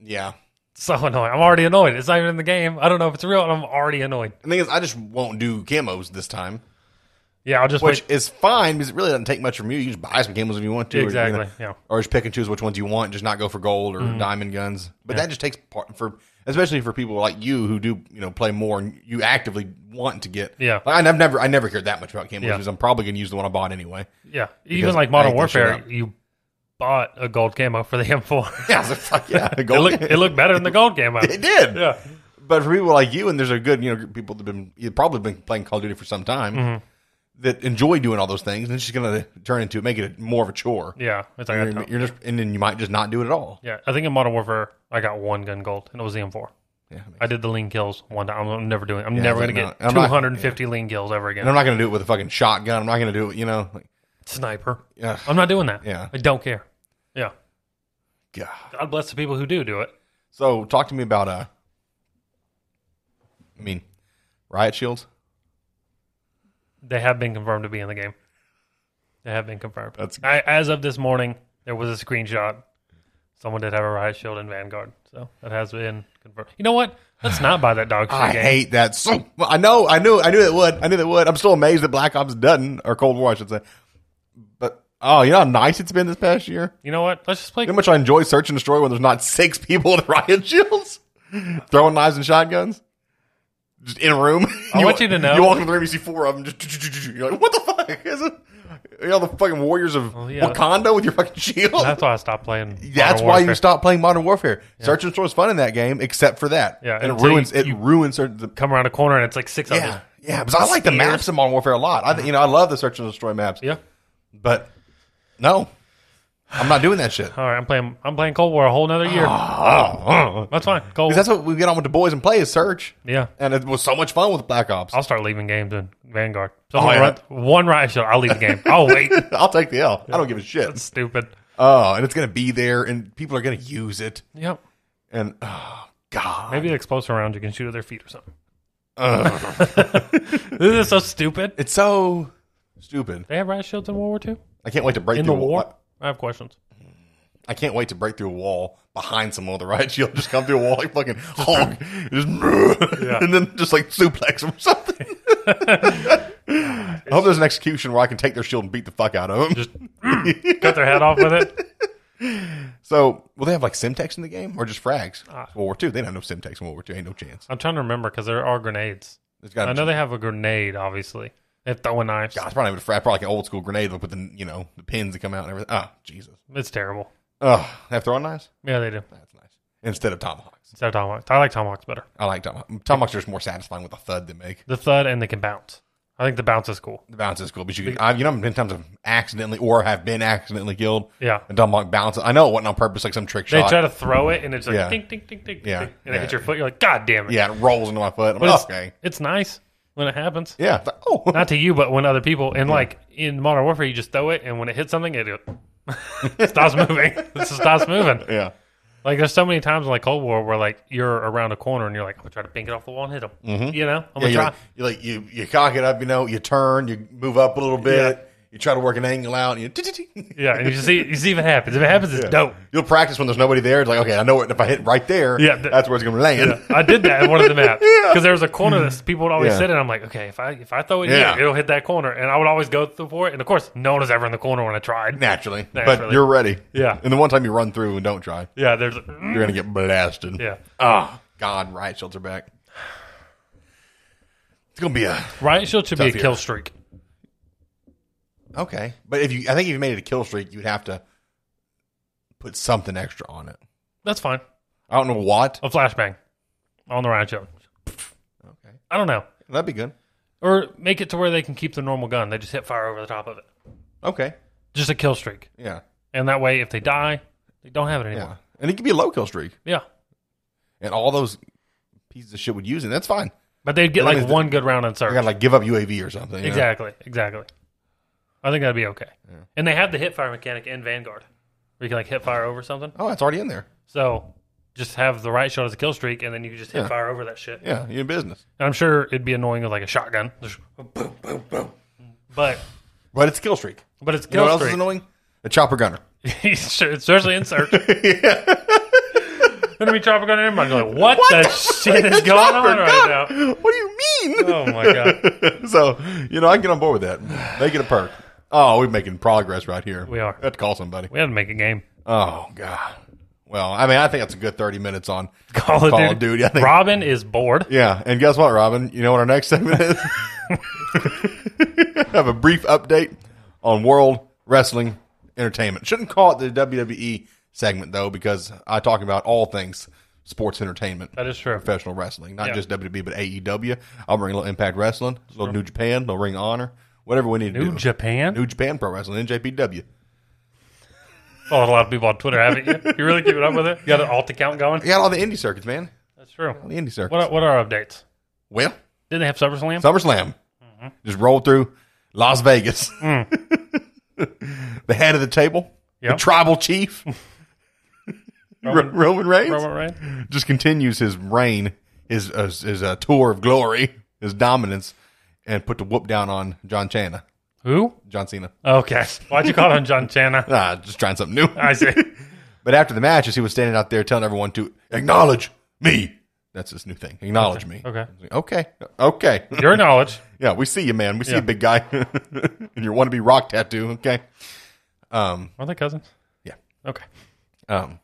A: yeah.
B: So annoying. I'm already annoyed. It's not even in the game. I don't know if it's real, and I'm already annoyed.
A: The thing is, I just won't do camos this time,
B: Yeah, I'll just
A: which
B: wait.
A: is fine because it really doesn't take much from you. You can just buy some camos if you want to, or, you know,
B: Exactly. Mm-hmm. Yeah.
A: or just pick and choose which ones you want. Just not go for gold or diamond guns. But that just takes part for, especially for people like you who do you know play more and you actively want to get.
B: Yeah.
A: like, I've never I never cared that much about camos
B: Yeah.
A: because I'm probably going to use the one I bought anyway.
B: Yeah.
A: Because
B: Even like
A: I
B: Modern
A: hate that shit
B: Warfare,
A: up.
B: you bought a gold camo for the M4.
A: Yeah, I was like, fuck yeah, the
B: it,
A: gold.
B: looked, it looked better than the gold camo.
A: it did.
B: Yeah.
A: but for people like you, and there's a good, you know, people that have been you've probably been playing Call of Duty for some time
B: Mm-hmm.
A: that enjoy doing all those things, and it's just going to turn into make it a, more of a chore.
B: Yeah. It's like, I
A: You're, you're just, and then you might just not do it at all.
B: yeah. I think in Modern Warfare, I got one gun gold, and it was the M4.
A: Yeah,
B: I did the lean kills one time. I'm never doing. I'm
A: Yeah,
B: never
A: it's
B: gonna
A: like,
B: get
A: no, I'm not-
B: 250 lean kills ever again.
A: and I'm not going to do it with a fucking shotgun. I'm not going to do it. You know, like,
B: Sniper.
A: yeah,
B: I'm not doing that.
A: Yeah.
B: I don't care. Yeah.
A: God.
B: God bless the people who do do it.
A: So talk to me about uh, I mean, riot shields.
B: They have been confirmed to be in the game. They have been confirmed.
A: That's-
B: I, as of this morning, there was a screenshot. Someone did have a riot shield in Vanguard, so that has been confirmed. You know what? Let's not buy that dog shit
A: I
B: game.
A: hate that so. Well, I know, I knew, I knew it would. I knew it would. I'm still amazed that Black Ops doesn't or Cold War, I should say. But oh, you know how nice it's been this past year.
B: you know what? Let's just play.
A: You know how much I enjoy search and destroy when there's not six people with riot shields? Throwing knives and shotguns? Just in a room?
B: I want you to know-
A: You walk into the room, you see four of them. Just, you're like, what the fuck is it? You know, the fucking warriors of
B: Well, yeah.
A: Wakanda with your fucking shield?
B: That's why I stopped playing.
A: That's
B: Modern
A: why you
B: Warfare.
A: stop playing Modern Warfare. Search and destroy is fun in that game, except for that.
B: Yeah,
A: and it
B: until you-
A: ruins it.
B: you-
A: ruins certain. The,
B: come around a corner and it's like six of
A: yeah,
B: them.
A: yeah. Because I like the maps in Modern Warfare a lot. I, you know, I love the search and destroy maps.
B: Yeah.
A: But no, I'm not doing that shit.
B: All right, I'm playing. I'm playing Cold War a whole another year.
A: Ah. Because
B: That's fine. Cold. War.
A: that's what we get on with the boys and play is search,
B: yeah.
A: and it was so much fun with Black Ops.
B: I'll start leaving games in Vanguard. Someone
A: Oh, yeah.
B: run, one right shot. I'll leave the game. I'll wait.
A: I'll take the L. I don't give a
B: That's
A: shit.
B: stupid.
A: Oh, and it's gonna be there, and people are gonna use it.
B: Yep.
A: And oh god,
B: Maybe the explosive round you can shoot at their feet or something.
A: Ugh.
B: This is so stupid.
A: it's so stupid.
B: They have riot shields in World War Two.
A: I can't wait to break
B: In the
A: through a-
B: war, I have questions.
A: I can't wait to break through a wall behind someone with a riot shield. Just come through a wall like fucking Hulk, just, and then just like suplex them or something. I hope there's an execution where I can take their shield and beat the fuck out of them.
B: Just cut their head off with it.
A: so, will they have like Simtex in the game or just frags?
B: Uh,
A: It's World War Two. They don't have Simtex in World War Two. Ain't no chance.
B: I'm trying to remember because there are grenades.
A: There's got
B: I
A: to
B: know
A: be.
B: they have a grenade. Obviously, they have throwing knives.
A: God, it's probably even a frag. Probably like an old school grenade with the you know the pins that come out and everything. Oh Jesus.
B: It's terrible.
A: Oh, they have throwing knives.
B: Yeah, they do.
A: That's nice. Instead of tomahawks,
B: Instead of tomahawks, I like tomahawks better.
A: I like tomahawks. Tomahawks are just more satisfying with the thud they make.
B: The thud and they can bounce. I think the bounce is cool.
A: The bounce is cool, but you can, I, you know, how many times I've accidentally or have been accidentally killed.
B: Yeah.
A: And Dumbock bounces. I know it wasn't on purpose, like some trick
B: They
A: shot.
B: try to throw it and it's like
A: Yeah.
B: ding ding ding ding.
A: Yeah.
B: ding, and it hits
A: Yeah.
B: your foot. You're like, God damn it!
A: yeah, and it rolls into my foot. I'm
B: But
A: like,
B: it's,
A: okay.
B: it's nice when it happens.
A: Yeah. It's like, oh,
B: Not to you, but when other people and like in Modern Warfare, you just throw it and when it hits something, it, it stops moving. it just stops moving.
A: yeah.
B: Like there's so many times in like Cold War where like you're around a corner and you're like, I'm gonna try to pink it off the wall and hit him. You know,
A: Mm-hmm. yeah
B: I'm gonna
A: you,
B: try.
A: like, you like you you cock it up, you know, you turn, you move up a little bit, you try to work an angle out, and you
B: yeah, and you just see you see if it happens. If it happens, it's dope.
A: You'll practice when there's nobody there. It's like, okay, I know it. If I hit right there,
B: Yeah, th-
A: that's where it's going to land.
B: I did that in one of the maps because there was a corner that people would always
A: Mm. Yeah.
B: sit in. I'm like, okay, if I if I throw it
A: Yeah.
B: here, it'll hit that corner, and I would always go through for it. And of course, no one was ever in the corner when I tried.
A: Naturally, but
B: Naturally.
A: you're ready.
B: Yeah.
A: And the one time you run through and don't try,
B: Yeah, there's mm,
A: you're going to get blasted.
B: yeah.
A: Ah, God, riot shields are back. It's gonna be a
B: Riot Shield should be a
A: Tough
B: kill
A: year.
B: streak.
A: okay, but if you, I think if you made it a kill streak, you'd have to put something extra on it.
B: That's fine.
A: I don't know what.
B: A flashbang on the Riot Shield.
A: Okay,
B: I don't know,
A: that'd be good.
B: or make it to where they can keep the normal gun. They just hit fire over the top of it.
A: Okay,
B: Just a kill streak,
A: yeah,
B: and that way, if they die, they don't have it
A: yeah,
B: anymore.
A: and it could be a low kill streak,
B: Yeah.
A: and all those pieces of shit would use it. That's fine.
B: But they'd get
A: That
B: like
A: means that-
B: one good round in
A: I
B: search.
A: gotta like give up UAV or something. you know?
B: Exactly. Exactly. I think that'd be okay. And they have the hit fire mechanic in Vanguard, where you can like hit fire over something.
A: Oh, it's already in there.
B: So just have the right shot as a kill streak, and then you can just hit
A: Yeah.
B: fire over that shit.
A: Yeah, you're in business,
B: And I'm sure it'd be annoying with like a shotgun, Just boom, boom, boom. But
A: but it's a kill streak.
B: but it's a
A: You know
B: kill
A: what else is
B: streak,
A: annoying? A chopper gunner.
B: Sure, especially in search. Enemy chopper gun. in. I'm like, what, the, shit is going on
A: Chopper
B: right now?
A: gunner? What do you mean?
B: Oh my god,
A: so you know, I can get on board with that. Make it a perk. Oh, we're making progress right here.
B: We are.
A: I have to call somebody.
B: we had to make a game.
A: Oh God. Well, I mean, I think that's a good thirty minutes on.
B: Call of
A: Call
B: Duty.
A: of Duty, I think-
B: Robin is bored.
A: Yeah, and guess what, Robin? You know what our next segment is? I have a brief update on World Wrestling Entertainment. Shouldn't call it the WWE segment though, because I talk about all things sports entertainment.
B: That is true.
A: professional wrestling, not
B: Yeah.
A: just WWE, but AEW. I'll bring a little Impact Wrestling, a little New Japan, a little Ring of Honor, whatever we need to
B: New
A: do.
B: Japan.
A: New Japan Pro Wrestling, NJPW.
B: Followed a lot of people on Twitter, haven't you? You really keeping up with it? You got an alt account going?
A: We got all the indie circuits, man.
B: That's true.
A: All the indie circuits.
B: What are, what are our updates?
A: well,
B: Didn't they have SummerSlam?
A: SummerSlam
B: Mm-hmm.
A: just rolled through Las Vegas.
B: Mm.
A: the head of the table,
B: Yeah.
A: the tribal chief, Roman, Roman Reigns,
B: Roman Reigns?
A: just continues his reign, his uh, his uh, tour of glory, his dominance, and put the whoop down on John Cena.
B: Who?
A: John Cena.
B: Okay. Why'd you call him John Cena?
A: Nah, just trying something new.
B: I see.
A: But after the matches, he was standing out there telling everyone to acknowledge me. That's his new thing. Acknowledge me.
B: Okay.
A: Okay. Okay.
B: Your knowledge.
A: yeah, we see you, man. We see
B: Yeah.
A: you, big guy. and your wannabe rock tattoo. Okay. Um,
B: Are they cousins?
A: Yeah.
B: Okay.
A: um,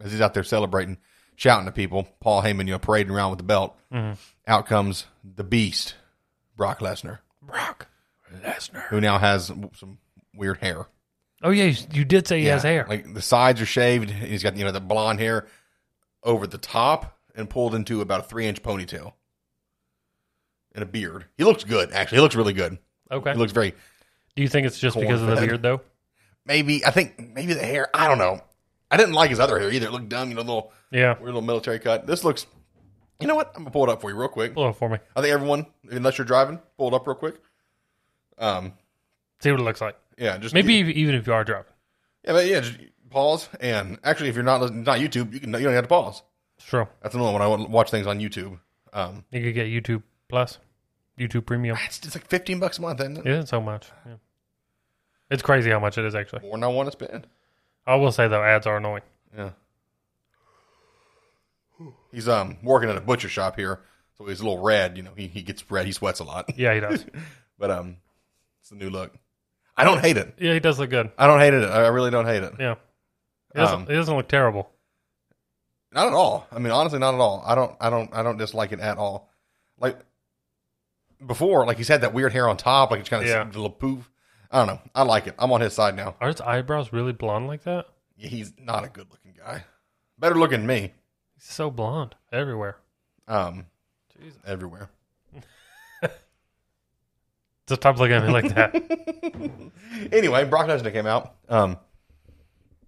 A: as he's out there celebrating, shouting to people. Paul Heyman, you know, parading around with the belt.
B: Mm-hmm.
A: Out comes the beast, Brock Lesnar,
B: Brock Lesnar.
A: who now has some weird hair.
B: Oh yeah, you, you did say he has hair.
A: Like the sides are shaved. And he's got you know the blonde hair over the top and pulled into about a three inch ponytail and a beard. He looks good actually. He looks really good.
B: okay.
A: He looks very
B: Do you think it's just because of the
A: cornbread.
B: beard though?
A: maybe I think maybe the hair. I don't know. I didn't like his other hair either. It looked dumb. You know, little
B: Yeah.
A: weird little military cut. This looks. You know what? I'm gonna pull it up for you real quick.
B: Pull it up for me.
A: I think everyone, unless you're driving, pull it up real quick. Um.
B: See what it looks like.
A: Yeah. Just
B: Maybe ev- even if you are driving.
A: Yeah. But yeah. Just pause and actually, if you're not listening, not YouTube, you can you don't have to pause.
B: It's true.
A: That's another one. I wa- watch things on YouTube. Um,
B: You could get YouTube Plus, YouTube Premium.
A: it's, it's like fifteen bucks a month, isn't it?
B: It isn't so much. Yeah. It's crazy how much it is actually.
A: More than I want to spend.
B: I will say though, ads are annoying.
A: Yeah. He's um working at a butcher shop here, so he's a little red. You know, he, he gets red. He sweats a lot,
B: Yeah, he does.
A: but um, it's the new look. I don't hate it.
B: yeah, he does look good.
A: I don't hate it. I I really don't hate it.
B: Yeah. It doesn't,
A: Um,
B: it doesn't look terrible.
A: Not at all. I mean, honestly, not at all. I don't. I don't. I don't dislike it at all. Like before, like he's had that weird hair on top, like it's kind of
B: Yeah.
A: little poof. I don't know. I like it. I'm on his side now.
B: Are his eyebrows really blonde like that?
A: he's not a good looking guy. Better looking than me.
B: He's so blonde everywhere.
A: Um,
B: Jesus.
A: everywhere.
B: Just stop looking at me like that.
A: Anyway, Brock Lesnar came out. Um,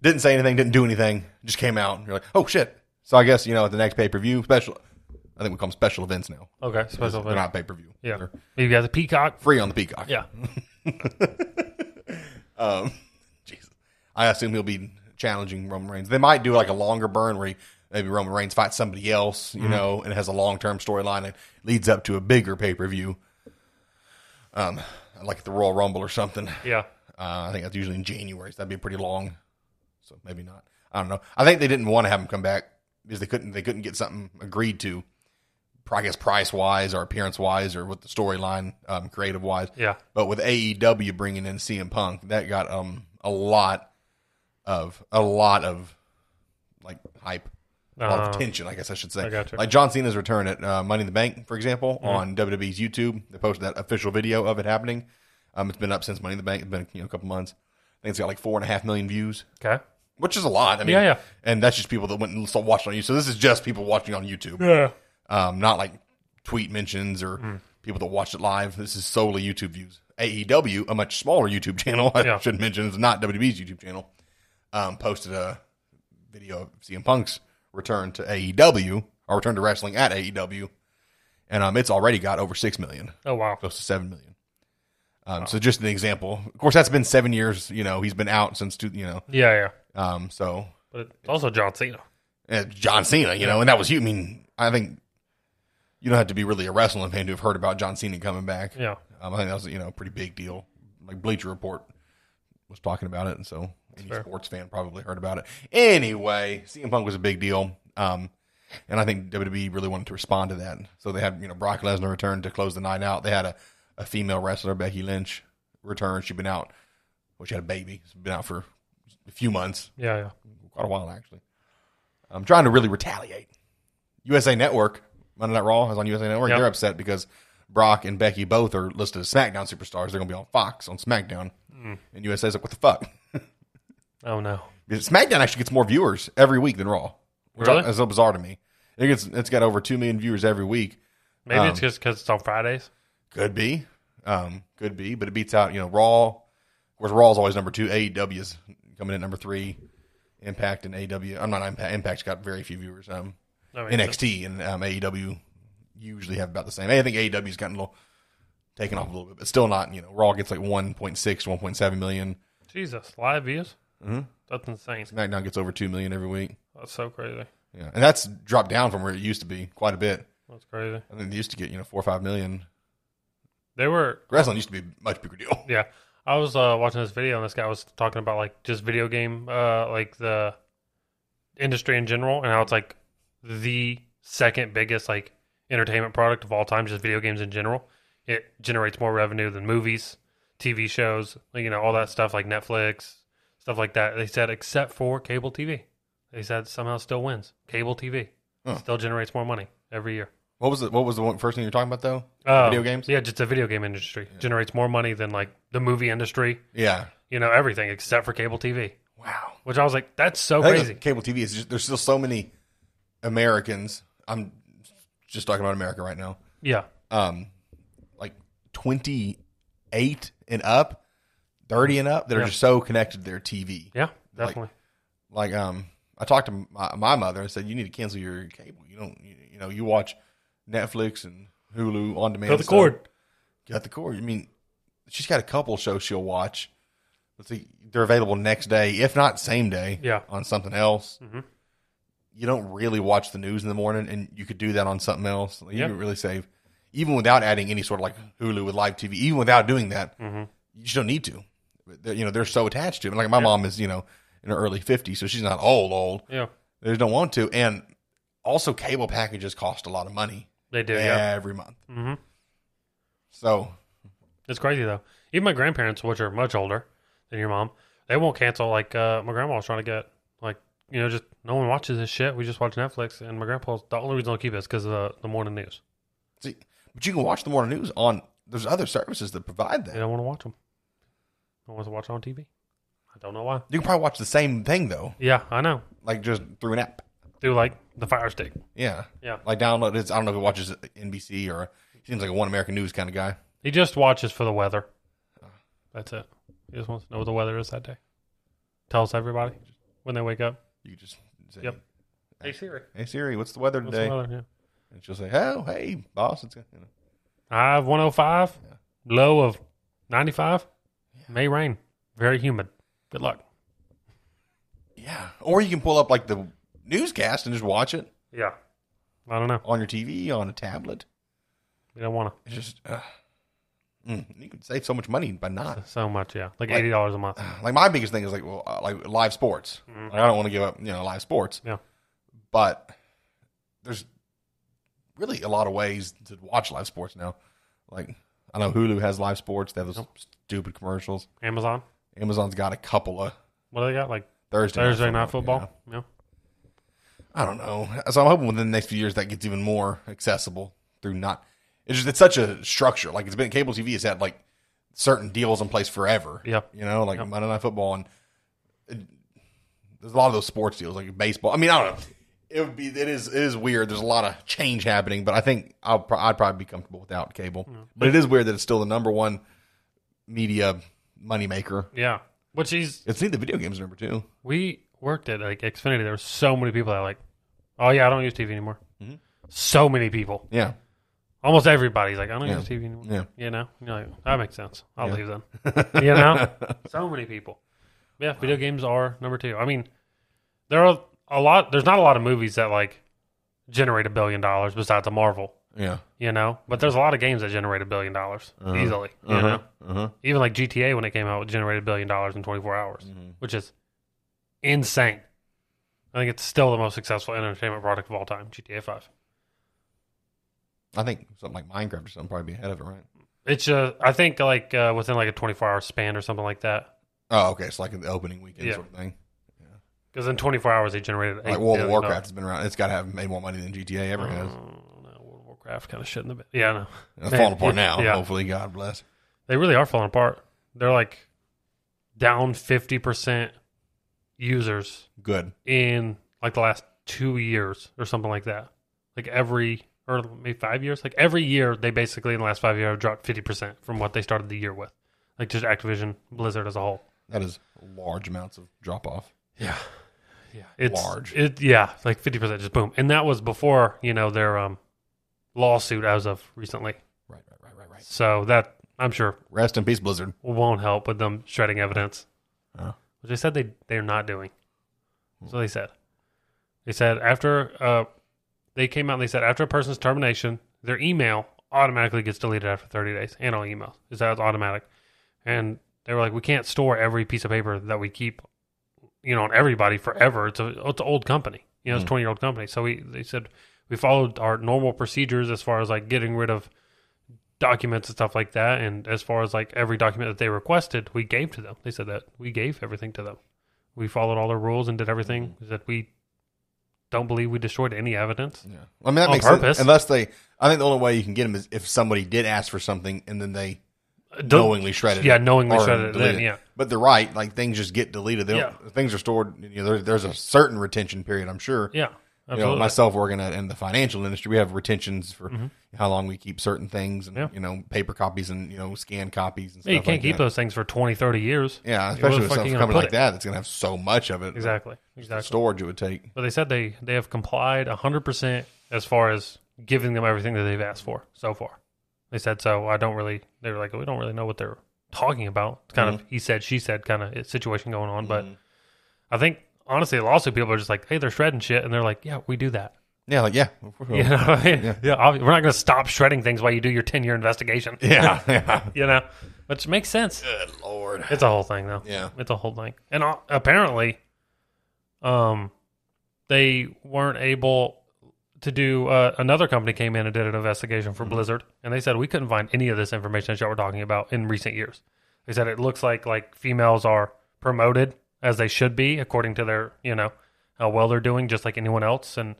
A: didn't say anything. Didn't do anything. Just came out. And you're like, oh shit. So I guess you know at the next pay per view special. I think we call them special events now.
B: Okay, special
A: They're not
B: event.
A: pay per view.
B: Yeah,
A: They're
B: you got the peacock.
A: free on the Peacock.
B: Yeah,
A: Um, Jesus. I assume he'll be challenging Roman Reigns. They might do like a longer burn where he, maybe Roman Reigns fights somebody else,
B: Mm-hmm.
A: you know, and it has a long term storyline and leads up to a bigger pay per view, um, like the Royal Rumble or something. Uh,
B: yeah.
A: I think that's usually in January, so that'd be pretty long. So maybe not. I don't know. I think they didn't want to have him come back because they couldn't. They couldn't get something agreed to. I guess price wise or appearance wise or with the storyline, um, creative wise.
B: Yeah,
A: But with AEW bringing in CM Punk, that got um a lot of a lot of like hype, a lot of
B: Uh,
A: attention. I guess I should say.
B: I gotcha.
A: Like John Cena's return at uh, Money in the Bank, for example, on WWE's YouTube, they posted that official video of it happening. Um, it's been up since Money in the Bank. It's been you know a couple months. I think it's got like four and a half million views,
B: Okay.
A: which is a lot. I mean,
B: Yeah, yeah.
A: And that's just people that went and saw- watched on YouTube. So this is just people watching on YouTube
B: Yeah. Mm.
A: um, not like tweet mentions or people that watched it live. This is solely YouTube views. AEW, a much smaller YouTube channel, I
B: Yeah.
A: should mention, it's not WWE's YouTube channel, um, posted a video of CM Punk's return to AEW or return to wrestling at AEW, and um, it's already got over six million,
B: Oh wow.
A: close to seven million. Um, So just an example. Of course, that's been seven years. You know, he's been out since two, you know.
B: Yeah, yeah.
A: Um, so
B: But it's also John Cena.
A: uh, John Cena, you know, and that was huge. I mean, I think you don't have to be really a wrestling fan to have heard about John Cena coming back.
B: Yeah.
A: Um, I think that was, you know, a pretty big deal. Like Bleacher Report was talking about it, and so any
B: fair.
A: sports fan probably heard about it. Anyway, CM Punk was a big deal. Um, and I think WWE really wanted to respond to that. So they had, you know, Brock Lesnar return to close the night out. They had a, a female wrestler, Becky Lynch, return. She'd been out, well, she had a baby. She's been out for a few months
B: Yeah, yeah.
A: quite a while actually. I'm trying to really retaliate. USA Network, Monday Night Raw is on USA Network.
B: Yep.
A: They're upset because Brock and Becky both are listed as SmackDown superstars. They're going to be on Fox on SmackDown,
B: Hmm.
A: and USA's like, what the fuck?
B: Oh no.
A: Because SmackDown actually gets more viewers every week than Raw, which
B: Really?
A: is so bizarre to me. It gets it's got over two million viewers every week.
B: Maybe it's just because it's on Fridays.
A: Could be, um, could be, but it beats out you know Raw. Of course, Raw is always number two. AEW is coming in at number three. Impact and AEW. I'm not Impact. Impact's got very few viewers. Um,
B: I mean,
A: NXT and um, AEW usually have about the same. I think AEW's gotten a little taken off a little bit, but still not. You know, Raw gets like 1.6, 1.7 million.
B: Jesus, live views.
A: Mhm.
B: That's insane.
A: SmackDown gets over 2 million every week.
B: That's so crazy.
A: Yeah. And that's dropped down from where it used to be quite a bit.
B: That's crazy.
A: I think they used to get, you know, 4 or 5 million.
B: They were.
A: Wrestling used to be a much bigger deal.
B: Yeah. I was uh, watching this video and this guy was talking about like just video game, uh, like the industry in general, and how it's like the second biggest like entertainment product of all time, just video games in general. It generates more revenue than movies, TV shows, like, you know, all that stuff like Netflix, stuff like that. They said except for cable TV. They said somehow still wins cable TV. Still generates more money every year.
A: What was the what was the one, first thing you were talking about though?
B: Uh,
A: Video games?
B: Yeah, just the video game industry generates more money than like the movie industry.
A: Yeah.
B: You know everything except for cable TV,
A: Wow.
B: which I was like, that's so
A: I think
B: crazy.
A: it's Cable TV is just there's still so many Americans. I'm just talking about America right now.
B: Yeah,
A: Um, like 28 and up, 30 and up that are
B: Yeah.
A: just so connected to their TV.
B: yeah, definitely.
A: Like um, I talked to my, my mother and said you need to cancel your cable. You don't you, you know you watch Netflix and Hulu on demand.
B: Cut the
A: stuff.
B: cord.
A: Got the cord. I mean, she's got a couple shows she'll watch. Let's see, they're available next day, if not same day.
B: Yeah.
A: on something else.
B: Mhm.
A: You don't really watch the news in the morning, and you could do that on something else. Like, You
B: Yeah.
A: could really save, even without adding any sort of like Hulu with live TV. Even without doing that,
B: Mm-hmm.
A: you just don't need to. But they're- You know, they're so attached to it. Like my mom is, you know, in her early fifties, so she's not old old.
B: Yeah,
A: They just don't want to, and also cable packages cost a lot of money
B: they do. Yeah,
A: every month.
B: hmm
A: So
B: it's crazy though. Even my grandparents, which are much older than your mom, they won't cancel. Like uh, my grandma was trying to get, like you know, just no one watches this shit. We just watch Netflix, and my grandpa's the only reason I'll keep it is because of the, the morning news.
A: See, but you can watch the morning news on. There's other services that provide that.
B: They don't want to watch them. I want to watch it on TV. I don't know why.
A: You can probably watch the same thing though,
B: Yeah, I know.
A: like just through an app.
B: Do like the Fire Stick.
A: Yeah,
B: Yeah.
A: Like download it. I don't know if he watches NBC or he seems like a One American News kind of guy.
B: He just watches for the weather. That's it. He just wants to know what the weather is that day. Tells everybody when they wake up.
A: You just say,
B: Yep. Hey Siri,
A: "Hey Siri, what's the weather
B: what's the
A: today?"
B: weather? Yeah.
A: And she'll say, "Oh, hey boss, it's gonna, you know,
B: High of 105, low of 95. May rain. Very humid. Good luck.
A: yeah." Or you can pull up like the newscast and just watch it
B: Yeah. I don't know.
A: on your TV on a tablet.
B: You don't want
A: It's just uh, mm, you could save so much money by not.
B: to so much. Yeah, like eighty dollars a month.
A: Like my biggest thing is like well, uh, like live sports. Like, I don't want to give up you know live sports.
B: Mm-hmm. Yeah.
A: but there's really a lot of ways to watch live sports now. Like I know Hulu has live sports; they have those stupid commercials.
B: Amazon.
A: Amazon's got a couple of
B: What do they got? Like
A: Thursday
B: Thursday night football.
A: yeah.
B: Yeah.
A: I don't know, so I'm hoping within the next few years that gets even more accessible through not. It's just it's such a structure. Like it's been cable TV has had like certain deals in place forever.
B: Yeah.
A: you know, like Monday Night Football and uh, there's a lot of those sports deals, like baseball. I mean, I don't know. It would be it is it is weird. There's a lot of change happening, but I think I'll pro- I'd probably be comfortable without cable. But it is weird that it's still the number one media moneymaker.
B: Yeah. Which is
A: It's either the video games number two.
B: we worked at like Xfinity. There were so many people that like, oh yeah, I don't use TV anymore. So many people,
A: Yeah,
B: almost everybody's like, I don't use TV anymore.
A: yeah.
B: You know, You're like, that makes sense. I'll leave then. you know, so many people. Yeah, video games are number two. I mean, there are a lot. There's not a lot of movies that like generate a billion dollars besides a Marvel.
A: yeah,
B: You know, but there's a lot of games that generate a billion dollars easily. You know,
A: uh-huh.
B: even like GTA when it came out, it generated a billion dollars in 24 hours,
A: Mm-hmm.
B: which is insane. I think it's still the most successful entertainment product of all time, GTA 5.
A: I think something like Minecraft or something probably be ahead of it, right?
B: It's uh, I think like uh, within like a 24 hour span or something like that.
A: Oh, okay. It's like the opening weekend
B: Yeah.
A: sort of thing.
B: Because in 24 hours they generated
A: Like
B: eight
A: World of
B: billion
A: Warcraft has been around. It's got to have made more money than GTA ever
B: dollars.
A: has.
B: Oh, no, World of Warcraft kind of shit in the bit. Yeah, I know.
A: It's
B: Man,
A: falling apart
B: Mm-hmm. yeah,
A: now.
B: yeah.
A: Hopefully, God bless.
B: They really are falling apart. They're like down 50% users
A: Good.
B: in like the last two years or something like that. Like every or maybe five years. Like every year they basically in the last five years have dropped fifty percent from what they started the year with. Like just Activision, Blizzard as a whole.
A: That is large amounts of drop off.
B: Yeah. Yeah. It's
A: Large.
B: It yeah, like fifty percent just boom. And that was before, you know, their um lawsuit as of recently.
A: Right, right, right, right, right.
B: So that I'm sure
A: Rest in peace, Blizzard.
B: won't help with them shredding evidence.
A: Oh.
B: Which they said they they're not doing. So they said. They said after uh, they came out and they said after a person's termination, their email automatically gets deleted after 30 days and all emails. Is that automatic? And they were like, we can't store every piece of paper that we keep, you know, on everybody forever. It's a it's an old company, you know, it's a 20 year old company. So we they said we followed our normal procedures as far as like getting rid of documents and stuff like that. And as far as like every document that they requested, we gave to them. They
A: Mm.
B: said that we gave everything to them. We followed all their rules and did everything that we don't believe we destroyed any evidence.
A: Yeah. I mean, that
B: On
A: makes
B: purpose.
A: sense. Unless they, I think the only way you can get them is if somebody did ask for something and then they
B: Uh, Don't-
A: knowingly shredded
B: yeah,
A: it.
B: knowingly
A: or
B: shredded it then,
A: deleted
B: yeah.
A: But they're right. Like things just get deleted. They don't- Things are stored. You know, there, there's a certain retention period, I'm sure.
B: Yeah,
A: You know,
B: absolutely.
A: myself working at, in the financial industry, we have retentions for how long we keep certain things and,
B: Mm-hmm. Yeah.
A: you know, paper copies and, you know, scan copies and stuff
B: Yeah, you can't
A: like
B: keep
A: that.
B: those things for 20, 30 years.
A: Yeah,
B: Where the
A: especially with
B: fuck you
A: something
B: gonna
A: coming
B: put
A: like
B: it?
A: that that's going to have so much of it.
B: Exactly. Exactly.
A: Storage it would take.
B: But they said they they have complied 100% as far as giving them everything that they've asked for so far. They said so. I don't really. They were like, we don't really know what they're talking about. It's kind of he said, she said kind of situation going on. But I think honestly, a lot of people are just like, hey, they're shredding shit, and they're like, yeah, we do that.
A: Yeah, like, yeah.
B: You know what I mean? Yeah. obvi- we're not going to stop shredding things while you do your 10 year investigation.
A: Yeah. yeah.
B: You know, which makes sense.
A: Good Lord.
B: It's a whole thing, though.
A: Yeah.
B: It's a whole thing. And uh, apparently, um, they weren't able to do. Uh, another company came in and did an investigation for Blizzard, and they said we couldn't find any of this information that y'all were talking about in recent years. They said it looks like like females are promoted as they should be according to their you know how well they're doing, just like anyone else, and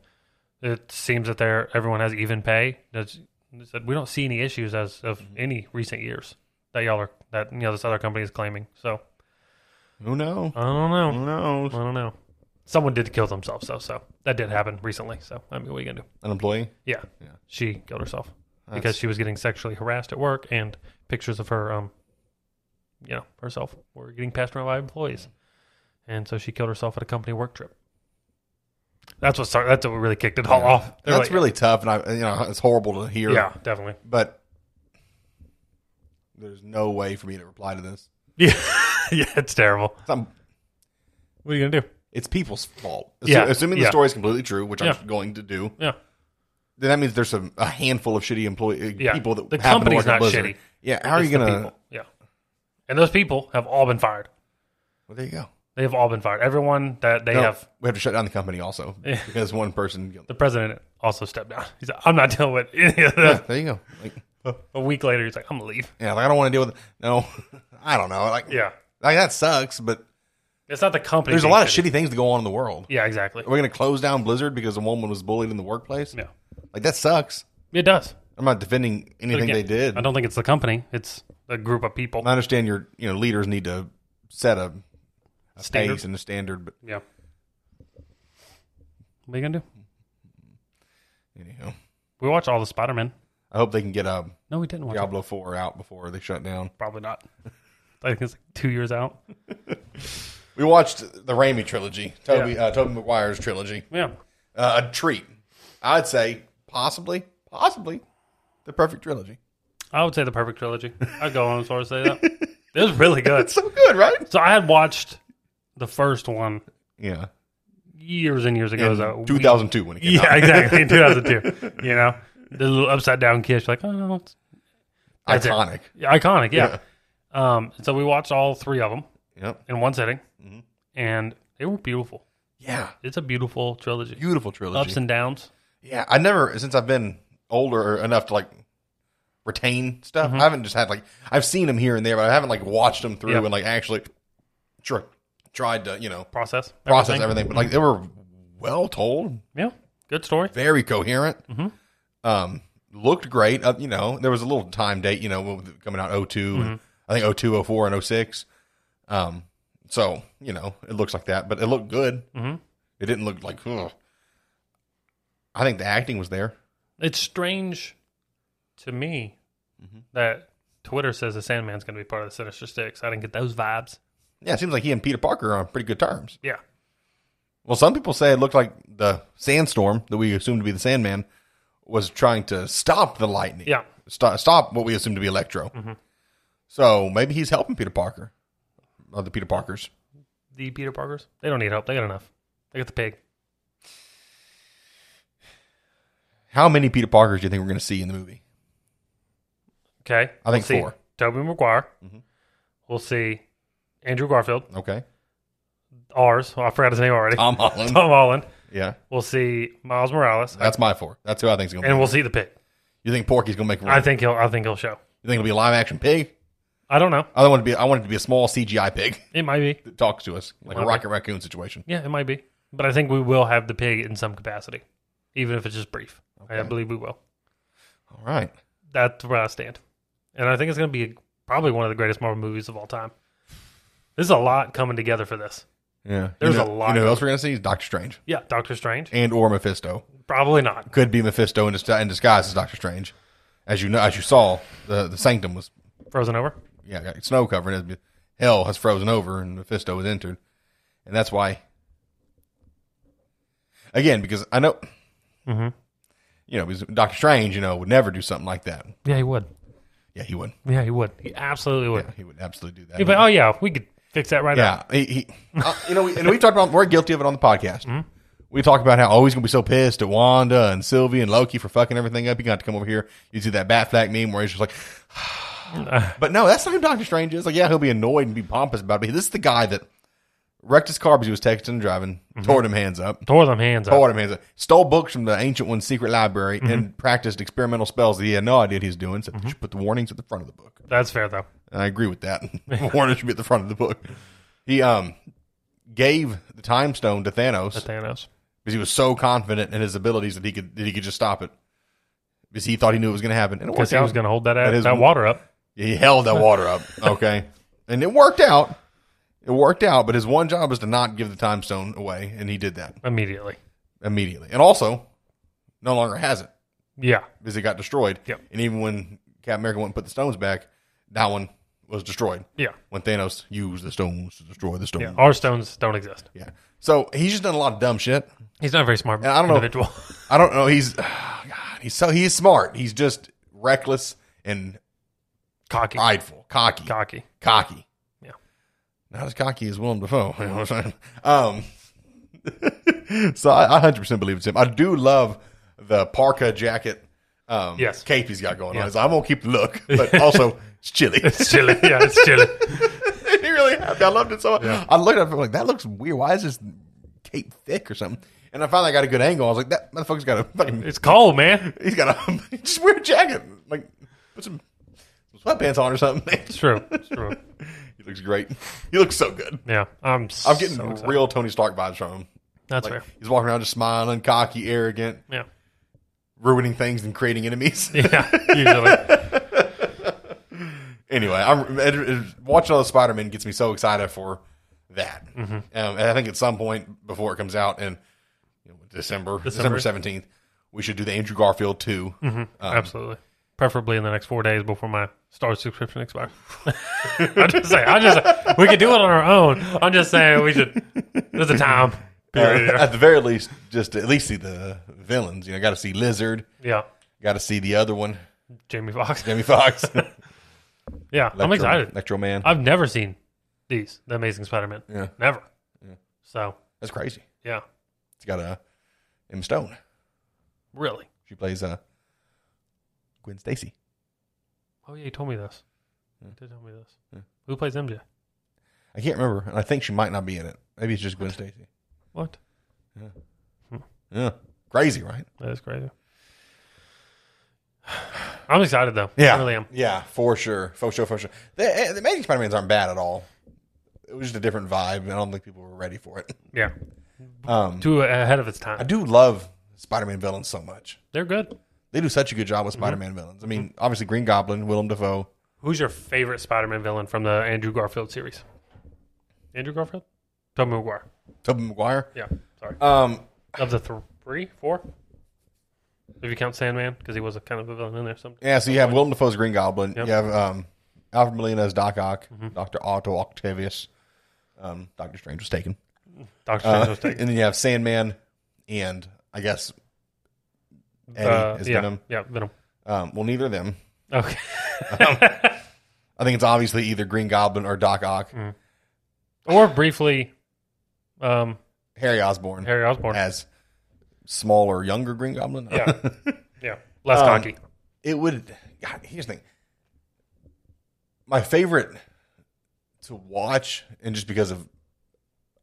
B: it seems that they're everyone has even pay. That's, they said we don't see any issues as of any recent years that y'all are that you know this other company is claiming. So
A: Who knows?
B: I don't know.
A: Who knows?
B: I don't know. Someone did kill themselves, though, so that did happen recently. So I mean, what are you gonna do?
A: An employee?
B: Yeah,
A: Yeah.
B: she killed herself because
A: That's-
B: she was getting sexually harassed at work, and pictures of her, um, you know, herself were getting passed around by employees, and so she killed herself at a company work trip. That's what started, that's what really kicked it all
A: Yeah.
B: off. They're
A: That's
B: like-
A: really tough, and I, you know, it's horrible to hear.
B: yeah, definitely.
A: but there's no way for me to reply to this.
B: Yeah, yeah, it's terrible.
A: Some-
B: What are you gonna do?
A: It's people's fault. Assu-
B: Yeah,
A: assuming the
B: yeah.
A: story is completely true, which
B: Yeah.
A: I'm going to do,
B: Yeah,
A: then that means there's some a handful of shitty employee uh,
B: Yeah.
A: people that
B: The
A: happen to
B: company's
A: work at
B: not
A: Blizzard.
B: shitty.
A: Yeah, how are
B: it's
A: you
B: the
A: gonna?
B: people. Yeah, and those people have all been fired.
A: Well, there you go.
B: They have all been fired. Everyone that they
A: No,
B: have
A: We have to shut down the company also because one person.
B: the president also stepped down. He's like, I'm not dealing with any of
A: Yeah,
B: this.
A: there you go. Like,
B: A week later, he's like, I'm gonna leave.
A: yeah, like I don't want to deal with. No, I don't know. Like,
B: Yeah,
A: like that sucks. But
B: it's not the company.
A: there's a
B: being
A: lot of shitty things that go on in the world.
B: Yeah, exactly.
A: We're gonna close down Blizzard because a woman was bullied in the workplace.
B: Yeah,
A: Like that sucks.
B: it does.
A: I'm not defending anything
B: Again,
A: they did.
B: I
A: I,
B: don't think it's the company. It's a group of people.
A: understand your you know leaders need to set a, a
B: Standard.
A: pace and a standard, but
B: Yeah. What are you gonna do?
A: anyhow,
B: We watch all the Spider Man.
A: I hope they can get um,
B: No, we didn't watch. it.
A: Diablo Four out before they shut down.
B: Probably not. I think it's like two years out.
A: We watched the Raimi trilogy, Toby uh, Toby Maguire's trilogy.
B: Yeah.
A: Uh, a treat, I'd say. Possibly, possibly, the perfect trilogy.
B: I would say the perfect trilogy. I'd go on as far as say that. It was really good.
A: It's so good, right?
B: So I had watched the first one
A: Yeah,
B: years and years ago. though.
A: 2002 when it came out.
B: Yeah, exactly. In 2002. You know, the little upside down kiss, like, oh, it's that's it.
A: Iconic.
B: iconic. Yeah. Um, so we watched all three of them
A: Yep.
B: in one sitting,
A: Mm-hmm.
B: and they were beautiful.
A: Yeah,
B: It's a beautiful trilogy.
A: beautiful trilogy.
B: Ups and downs.
A: Yeah, I never since I've been older enough to like retain stuff. I haven't just had like I've seen them here and there, but I haven't like watched them through
B: Mm-hmm. Yeah.
A: and like actually tr- tried to you know
B: Process.
A: process
B: everything.
A: everything. But like they were well told,
B: Yeah. Good story.
A: very coherent. Um, looked great. Uh, you know, there was a little time date. You know, with- coming out 2 and I think 02, 04, and 06. Um, so you know, it looks like that, but it looked good.
B: Mhm.
A: It didn't look like. Ugh. I think the acting was there.
B: It's strange to me
A: Mm-hmm.
B: that Twitter says the Sandman's going to be part of the Sinister Six. I didn't get those vibes.
A: Yeah, it seems like he and Peter Parker are on pretty good terms.
B: Yeah.
A: Well, some people say it looked like the sandstorm that we assumed to be the Sandman was trying to stop the lightning.
B: Yeah.
A: Stop, stop what we assumed to be Electro.
B: Mm-hmm.
A: So maybe he's helping Peter Parker, other Peter Parkers.
B: The Peter Parkers. They don't need help. They got enough. They got the pig.
A: How many Peter Parkers do you think we're going to see in the movie?
B: Okay.
A: I think
B: we'll see
A: four. Mm-hmm.
B: Toby Maguire. We'll see Andrew Garfield.
A: Okay.
B: Ours. Oh, I forgot his name already.
A: Tom Holland.
B: Tom Holland.
A: yeah.
B: We'll see Miles Morales.
A: That's my four. That's who I think is going to
B: and
A: be.
B: we'll see the pig.
A: You think Porky's going to make a
B: I
A: run?
B: think he'll I think he'll show.
A: You think it'll be a live action pig?
B: I don't know.
A: I want it to be I want it to be a small CGI pig
B: It might be.
A: that talks to us like a
B: Okay.
A: Rocket Raccoon situation.
B: Yeah, it might be. But I think we will have the pig in some capacity, even if it's just brief. I
A: Okay.
B: believe we will.
A: All right.
B: That's where I stand. And I think it's going to be probably one of the greatest Marvel movies of all time. There's a lot coming together for this.
A: Yeah.
B: There's
A: you
B: a
A: know,
B: lot
A: You know
B: of-
A: who else we're gonna see? Is Doctor Strange
B: Yeah, Doctor Strange?
A: and or Mephisto.
B: Probably not.
A: Could be Mephisto in, dis- in disguise as Doctor Strange, as you know, as you saw, the the Sanctum was
B: Frozen over?
A: yeah got snow covering it. Hell has frozen over, and Mephisto has entered, and that's why. Again, because I know,
B: Mhm.
A: you know, because Doctor Strange, you know, would never do something like that.
B: Yeah, he would.
A: Yeah, he would.
B: Yeah, he would. He absolutely would.
A: He would absolutely do that.
B: He'd be like, oh, yeah, we could fix that right now.
A: Yeah, he, he uh, you know, we, and we talked about we're guilty of it on the podcast. We talk about how always gonna be so pissed at Wanda and Sylvie and Loki for fucking everything up. You got to come over here. You see that bat flag meme where he's just like, but no, that's not who Doctor Strange is. Like, yeah, he'll be annoyed and be pompous about it. But this is the guy that wrecked his car because he was texting and driving, tore them hands up,
B: Tore them hands up.
A: tore them hands up, stole books from the ancient one's secret library, and practiced experimental spells that he had no idea he was doing. So you should put the warnings at the front of the book.
B: That's fair, though.
A: And I agree with that. Warner should be at the front of the book. He um gave the time stone to Thanos because
B: Thanos.
A: he was so confident in his abilities that he could that he could just stop it because he thought he knew it was going to happen and it
B: Because
A: worked
B: he
A: out.
B: was going to hold that,
A: That is-
B: that water up.
A: he held that water up, okay, and it worked out. It worked out, but his one job was to not give the time stone away, and he did that
B: immediately.
A: immediately. And also, no longer has it
B: Yeah,
A: because it got destroyed.
B: Yep.
A: And even when Captain America went and put the stones back, that one was destroyed.
B: yeah,
A: When Thanos used the stones to destroy the stone.
B: yeah. Our stones don't exist.
A: Yeah. So he's just done a lot of dumb shit.
B: He's not a very smart.
A: I don't know.
B: Individual.
A: I don't know. He's God, he's so he's smart. He's just reckless and
B: cocky,
A: prideful, cocky,
B: cocky.
A: cocky.
B: Yeah.
A: Not as cocky as Willem Dafoe. You know what I'm saying? Um. so I, I 100% believe it's him. I do love the parka jacket. Um,
B: Yes.
A: cape he's got going
B: Yeah.
A: on. It's- I'm gonna keep the look, but also it's chilly.
B: It's chilly. Yeah, it's chilly.
A: he really happened. I loved it so much. I looked at it I'm like that looks weird. Why is this cape thick or something? And I finally got a good angle. I was like, that motherfucker's got a fucking
B: It's cold, man.
A: he's got a just wear a jacket. Like put some, some sweatpants on or something.
B: It's true. It's true.
A: he looks great. He looks so good.
B: Yeah, I'm.
A: I'm getting
B: so excited.
A: real Tony Stark vibes from him.
B: That's
A: Like
B: fair.
A: he's walking around just smiling, cocky, arrogant,
B: Yeah,
A: ruining things and creating enemies.
B: yeah. Usually,
A: anyway, I'm it, it- watching all the Spider Man gets me so excited for that. Um, and I think at some point before it comes out in you know, December, December seventeenth, we should do the Andrew Garfield Uh, 2 Um,
B: absolutely. Preferably in the next four days before my Star subscription expires. I just say, I just we could do it on our own. I'm just saying we should. There's a time period.
A: Uh,
B: here.
A: at the very least, just to at least see the villains. You know, got to see Lizard,
B: Yeah,
A: got to see the other one,
B: Jamie Foxx.
A: Jamie Foxx.
B: Yeah, I'm
A: Electro-
B: excited.
A: Electro Man.
B: I've never seen these The Amazing Spider-Man.
A: Yeah.
B: never. So
A: That's crazy.
B: yeah,
A: It's got a Emma Stone.
B: really.
A: She plays uh, Gwen Stacy.
B: Oh yeah, you told me this. You did tell me this. Who plays MJ?
A: I can't remember, and I think she might not be in it. Maybe it's just Gwen Stacy.
B: What?
A: Yeah, crazy, right?
B: That is crazy. I'm excited though.
A: Yeah,
B: I really am.
A: Yeah, for sure, for sure, for sure. The, the Amazing Spider-Man's aren't bad at all. It was just a different vibe, and I don't think people were ready for it.
B: Yeah,
A: Um,
B: too ahead of its
A: I
B: time.
A: do love Spider-Man villains so much.
B: They're good.
A: They do such a good job with
B: Mm-hmm.
A: Spider-Man villains. I mean, obviously Green Goblin, Willem Dafoe.
B: Who's your favorite Spider-Man villain from the Andrew Garfield series? Andrew Garfield, Tobey Maguire.
A: Tobey Maguire.
B: Yeah, sorry.
A: Um,
B: of the th- three, four. If you count Sandman, because he was a kind of a villain in there. Some
A: yeah, so you have Willem Dafoe's Green Goblin. You have um, Alfred Molina as Doc Ock,
B: Mm-hmm.
A: Doctor Otto Octavius. Um, Doctor Strange was taken.
B: Doctor
A: Uh,
B: Strange was taken.
A: and then you have Sandman, and I guess Eddie
B: Uh,
A: is
B: yeah,
A: Venom.
B: yeah, Venom.
A: Um, well, neither of them.
B: Okay,
A: I think it's obviously either Green Goblin or Doc Ock.
B: or briefly, um,
A: Harry Osborn
B: Harry Osborn.
A: as smaller, younger Green Goblin.
B: Yeah. Yeah, less
A: Um,
B: cocky.
A: it would. God, here's the thing. My favorite to watch, and just because of,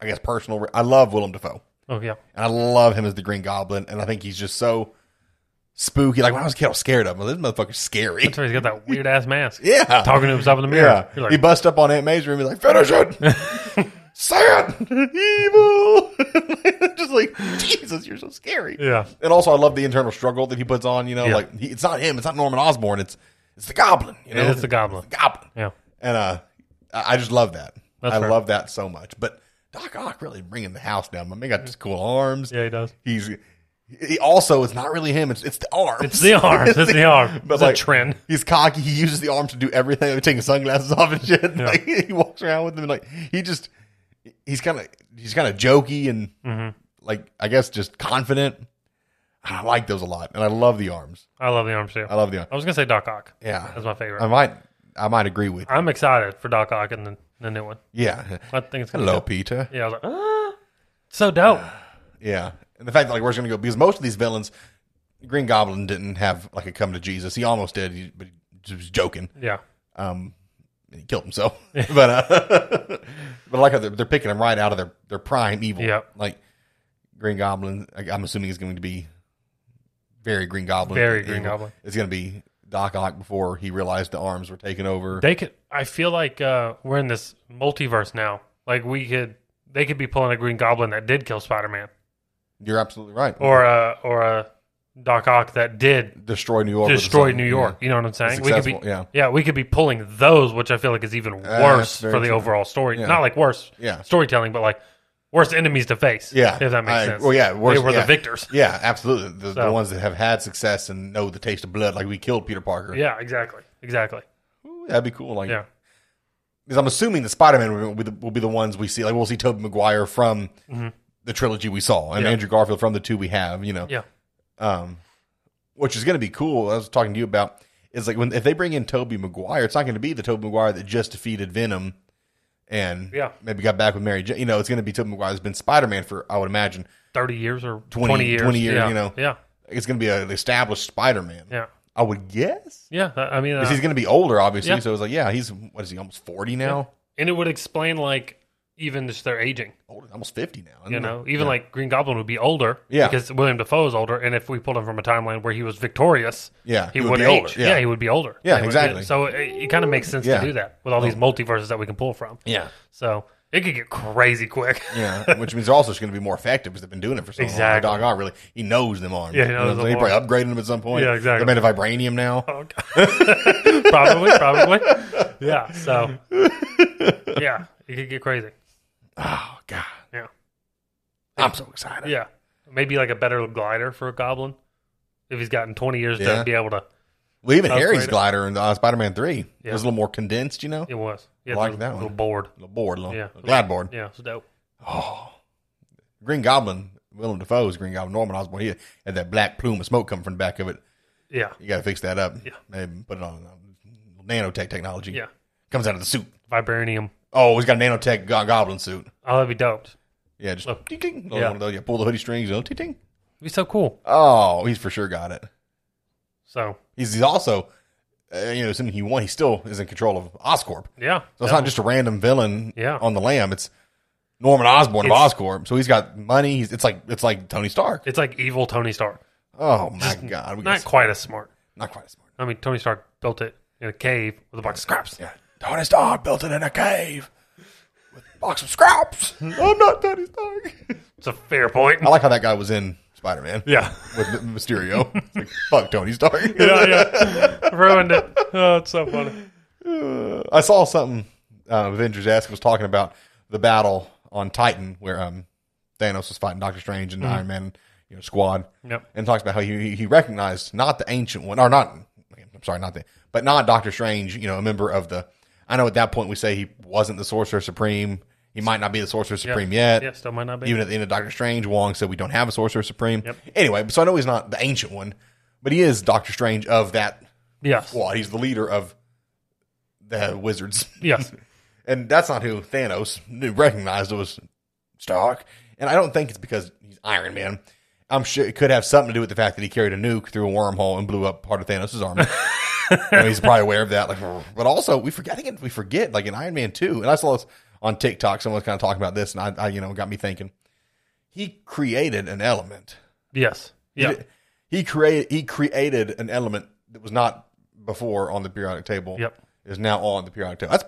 A: I guess, personal, I love Willem Dafoe.
B: Oh yeah,
A: And I love him as the Green Goblin. And I think he's just so spooky. Like when I was a kid, I was scared of him. This motherfucker's scary.
B: that's right. He's got that weird ass mask.
A: Yeah.
B: Talking to himself in the mirror.
A: Yeah.
B: You're like,
A: he busts up on Aunt May's room. He's like, finish it. Say it. Evil. like, Jesus, you're so scary.
B: Yeah.
A: And also, I love the internal struggle that he puts on. You know,
B: Yeah.
A: like he, it's not him, it's not Norman Osborn, it's it's the Goblin. You know,
B: is the Goblin.
A: the Goblin.
B: Yeah.
A: And uh, I I just love that.
B: That's
A: I
B: fair.
A: love that so much. But Doc Ock really bringing the house down. My man got just cool arms.
B: Yeah, he does.
A: He's he also it's not really him. It's it's the arms.
B: It's the arms. It's the arm.
A: But
B: it's
A: like-
B: a trend.
A: He's cocky. He uses the arms to do everything. Like taking sunglasses off and shit.
B: Yeah.
A: Like, he walks around with them. And like he just he's kind of he's kind of jokey and like I guess just confident. I like those a lot, and I love the arms.
B: I love the arms too.
A: I love the arms.
B: I was gonna say Doc Ock.
A: Yeah,
B: That's my favorite.
A: I might I might agree with. You.
B: I'm excited for Doc Ock and the, the new one.
A: Yeah.
B: I think it's gonna
A: Hello,
B: Be
A: Peter.
B: dope. Yeah, I was like, ah, so dope.
A: Yeah, and the fact that like where's it gonna go because most of these villains, Green Goblin didn't have like a come to Jesus. He almost did, he- but he was joking.
B: Yeah,
A: Um, and he killed himself. but uh, but I like how they're, they're picking him right out of their their prime evil.
B: Yep.
A: Like Green Goblin, I- I'm assuming is going to be very Green Goblin.
B: Very Green
A: Evil.
B: Goblin.
A: It's going to be Doc Ock before he realized the arms were taking over.
B: they could. I feel like uh, we're in this multiverse now. Like we could, they could be pulling a Green Goblin that did kill Spider Man,
A: You're absolutely right.
B: or a or a Doc Ock that did
A: destroy New York. with the
B: destroy
A: sun.
B: New York. You know what I'm saying? We could be,
A: successful, yeah.
B: we could be pulling those, which I feel like is even
A: that's
B: worse
A: very
B: for the
A: true.
B: overall story.
A: Yeah.
B: Not like worse
A: Yeah.
B: storytelling, but like worse enemies to face.
A: Yeah,
B: if that makes
A: I-
B: sense.
A: well, yeah, worse-
B: they were
A: yeah.
B: the victors.
A: Yeah, absolutely. The, the
B: So-
A: ones that have had success and know the taste of blood, like we killed Peter Parker.
B: Yeah, exactly, exactly.
A: Ooh, that'd be cool. Like,
B: Yeah.
A: because I'm assuming the Spider Man will, be the- will be the ones we see. Like, we'll see Tobey Maguire from the trilogy we saw, and
B: Mm-hmm. Yeah.
A: Andrew Garfield from the two we have. You know,
B: Yeah.
A: um, which is going to be cool. I was talking to you about is like when if they bring in Tobey Maguire, it's not going to be the Tobey Maguire that just defeated Venom and
B: Yeah.
A: maybe got back with Mary. Jane. You know, it's going to be Tobey Maguire that's been Spider Man for I would imagine.
B: 30 years or
A: 20
B: 20, years.
A: 20 years,
B: yeah.
A: you know.
B: Yeah.
A: It's going to be an established Spider Man.
B: Yeah.
A: I would guess.
B: Yeah. I I mean, uh,
A: 'Cause he's going to be older, obviously.
B: Yeah.
A: So it's like, yeah, he's what is he almost forty now?
B: and it would explain, like, even just their aging,
A: Older, almost fifty now. isn't
B: you
A: he?
B: know? e- Even like Green Goblin would be older.
A: Mm-hmm. Yeah.
B: Because William Defoe is older. And if we pulled him from a timeline where he was victorious,
A: yeah,
B: he,
A: would
B: would,
A: be
B: age.
A: older.
B: Yeah. he would be older.
A: Yeah,
B: He would-
A: exactly.
B: So it, it kind of makes sense
A: Yeah.
B: to do that with all these multiverses that we can pull from.
A: yeah,
B: So it could get crazy quick.
A: yeah. Which means they're also just going to be more effective because they've been doing it for so
B: Exactly.
A: long. Like, Doc Ock really, he knows them arms.
B: Yeah, he
A: You
B: knows
A: know,
B: them
A: they probably upgraded them at some point.
B: Yeah, exactly.
A: They made a vibranium now.
B: Oh, God. probably, probably. Yeah. So, yeah, it could get crazy.
A: Oh God,
B: Yeah.
A: I'm so excited.
B: Yeah. Maybe like a better glider for a goblin. If he's gotten 20 years
A: Yeah.
B: to be able to.
A: Well, even Harry's
B: Upgraded.
A: glider in uh, Spider-Man Three
B: Yeah.
A: was a little more condensed. You know,
B: It was. Yeah,
A: Like
B: the,
A: that
B: the
A: one.
B: Little board.
A: a little board, a little
B: Yeah.
A: a glad board.
B: Yeah, it's dope.
A: Oh, Green Goblin, Willem Dafoe's Green Goblin, Norman Osborn. He had that black plume of smoke coming from the back of it.
B: Yeah.
A: You got to fix that up.
B: Yeah.
A: Maybe put it on uh, nanotech technology.
B: Yeah.
A: Comes out of the suit.
B: Vibranium.
A: Oh, he's got a nanotech go- goblin suit.
B: Oh, that'd be dope. It'd
A: Yeah, just
B: Look.
A: ting ting. Little
B: Oh. Yeah.
A: one of those, yeah, pull the hoodie strings. Oh, ting ting.
B: be so cool.
A: Oh, he's for sure got it.
B: So,
A: He's, he's also, uh, you know, something he won. He still is in control of Oscorp.
B: yeah.
A: So it's not just a random villain
B: Yeah.
A: on the lam. It's Norman Osborn of
B: It's-
A: Oscorp. So he's got money. He's, it's like it's like Tony Stark.
B: It's like evil Tony Stark.
A: Oh my god, we got
B: Not quite as smart.
A: not quite as smart.
B: I mean, Tony Stark built it in a cave with a box of scraps.
A: Yeah. Tony Stark built it in a cave with a box of scraps. I'm not Tony Stark.
B: It's a fair point.
A: I like how that guy was in Spider Man
B: yeah.
A: with M- Mysterio. It's like, fuck Tony Stark.
B: yeah, yeah. Ruined it. Oh, it's so funny.
A: Uh, I saw something uh, Avengers Ask was talking about the battle on Titan where um, Thanos was fighting Doctor Strange and Iron Man you know, squad.
B: Yep.
A: And talks about how he, he- he recognized not the ancient one, or not, I'm sorry, not the, but not Doctor Strange, you know, a member of the, I know at that point we say he wasn't the Sorcerer Supreme. He might not be the Sorcerer Supreme yet.
B: Yeah, still might not be.
A: Even at the end of Doctor Strange, Wong said we don't have a Sorcerer Supreme.
B: Yep.
A: Anyway, so I know he's not the ancient one, but he is Doctor Strange of that
B: yes.
A: squad. He's the leader of the wizards,
B: Yes.
A: and that's not who Thanos knew, recognized. It was Stark, and I don't think it's because he's Iron Man. I'm sure it could have something to do with the fact that he carried a nuke through a wormhole and blew up part of Thanos' army. You know, he's probably aware of that. Like, but also we forget again. We forget like in Iron Man two, and I saw this on TikTok. Someone was kind of talking about this, and I, I you know, got me thinking. He created an element.
B: Yes. Yeah.
A: He, he created he created an element that was not before on the periodic table.
B: Yep.
A: Is now on the periodic table. That's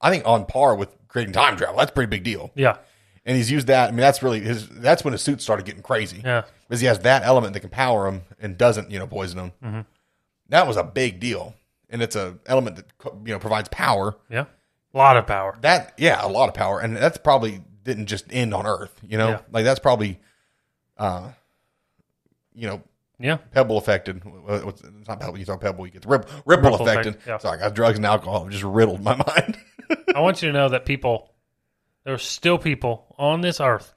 A: I think on par with creating time travel. That's a pretty big deal.
B: Yeah.
A: and he's used that. I mean, that's really his. That's when his suit started getting crazy.
B: Yeah.
A: because he has that element that can power him and doesn't, you know, poison him.
B: Mm-hmm.
A: That was a big deal, and it's a element that co- you know provides power.
B: Yeah. A lot of power.
A: That yeah, a lot of power, and that's probably didn't just end on Earth. You know,
B: Yeah.
A: like that's probably, uh, you know,
B: Yeah.
A: pebble affected. uh, what's- It's not pebble. You talk pebble, you get the ripple, ripple,
B: Ripple
A: affected.
B: effect, yeah.
A: Sorry, I got drugs and alcohol just riddled my mind.
B: I want you to know that people, there are still people on this earth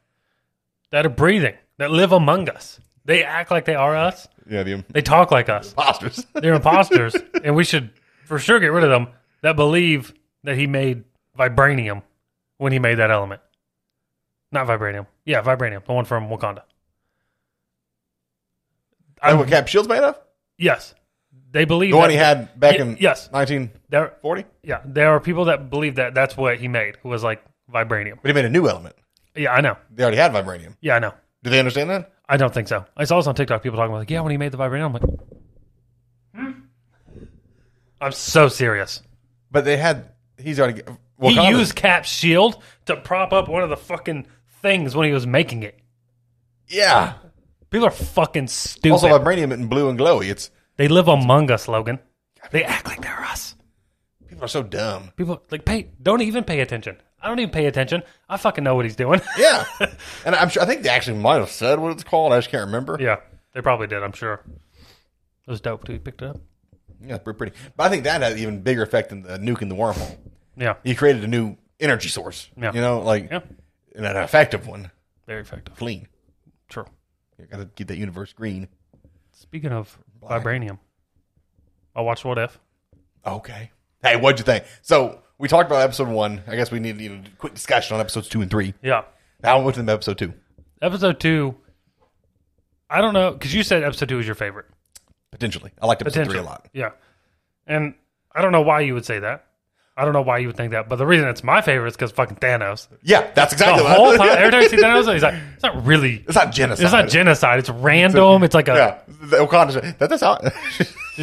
B: that are breathing, that live among us. They act like they are us.
A: yeah, the
B: They talk like us.
A: imposters.
B: They're imposters, and we should for sure get rid of them that believe that he made vibranium when he made that element. Not vibranium. Yeah, vibranium, the one from Wakanda.
A: That's what Cap Shields made of?
B: Yes. They believe
A: The one
B: that-
A: he had back
B: Ye-
A: in
B: yes.
A: 1940?
B: there
A: But
B: yeah, there are people that believe that that's what he made, who was like vibranium.
A: he made a new element.
B: Yeah, I know.
A: They already had vibranium.
B: Yeah, I know.
A: Do they understand that?
B: I don't think so. I saw this on TikTok. People talking about like, yeah, when he made the vibranium, I'm like, hmm? I'm so serious.
A: But they had, he's already,
B: He
A: Wakanda-
B: used Cap's shield to prop up one of the fucking things when he was making it.
A: yeah.
B: People are fucking stupid.
A: Also, vibranium isn't blue and glowy. It's,
B: they live among us, Logan. They act like they're us.
A: people are so dumb.
B: People like pay. Don't even pay attention. I don't even pay attention. I fucking know what he's doing.
A: Yeah. and I'm sure, I think they actually might have said what it's called. I just can't remember.
B: yeah, they probably did. I'm sure. It was dope. Dude, picked it up.
A: Yeah, pretty pretty. But I think that had an even bigger effect than the nuke in the wormhole.
B: Yeah,
A: He created a new energy source.
B: Yeah.
A: You know, like,
B: Yeah.
A: and an effective one.
B: very effective.
A: Clean.
B: True.
A: You got to keep that universe green.
B: Speaking of vibranium, I watched What If.
A: Okay. Hey, what'd you think? So we talked about episode one. I guess we need, you know, a quick discussion on episodes two and three.
B: Yeah,
A: How much of them episode two?
B: episode two. I don't know because you said episode two was your favorite.
A: Potentially, I liked episode three a
B: Potential.
A: lot.
B: Yeah. And I don't know why you would say that. I don't know why you would think that, but the reason it's my favorite is because fucking Thanos.
A: Yeah, that's
B: The
A: exactly what
B: whole
A: I,
B: time, every time you see Thanos, he's like, it's not really,
A: It's not genocide.
B: it's not genocide. It's random. It's like a,
A: Yeah, the Wakanda. That, that's how.
B: dude,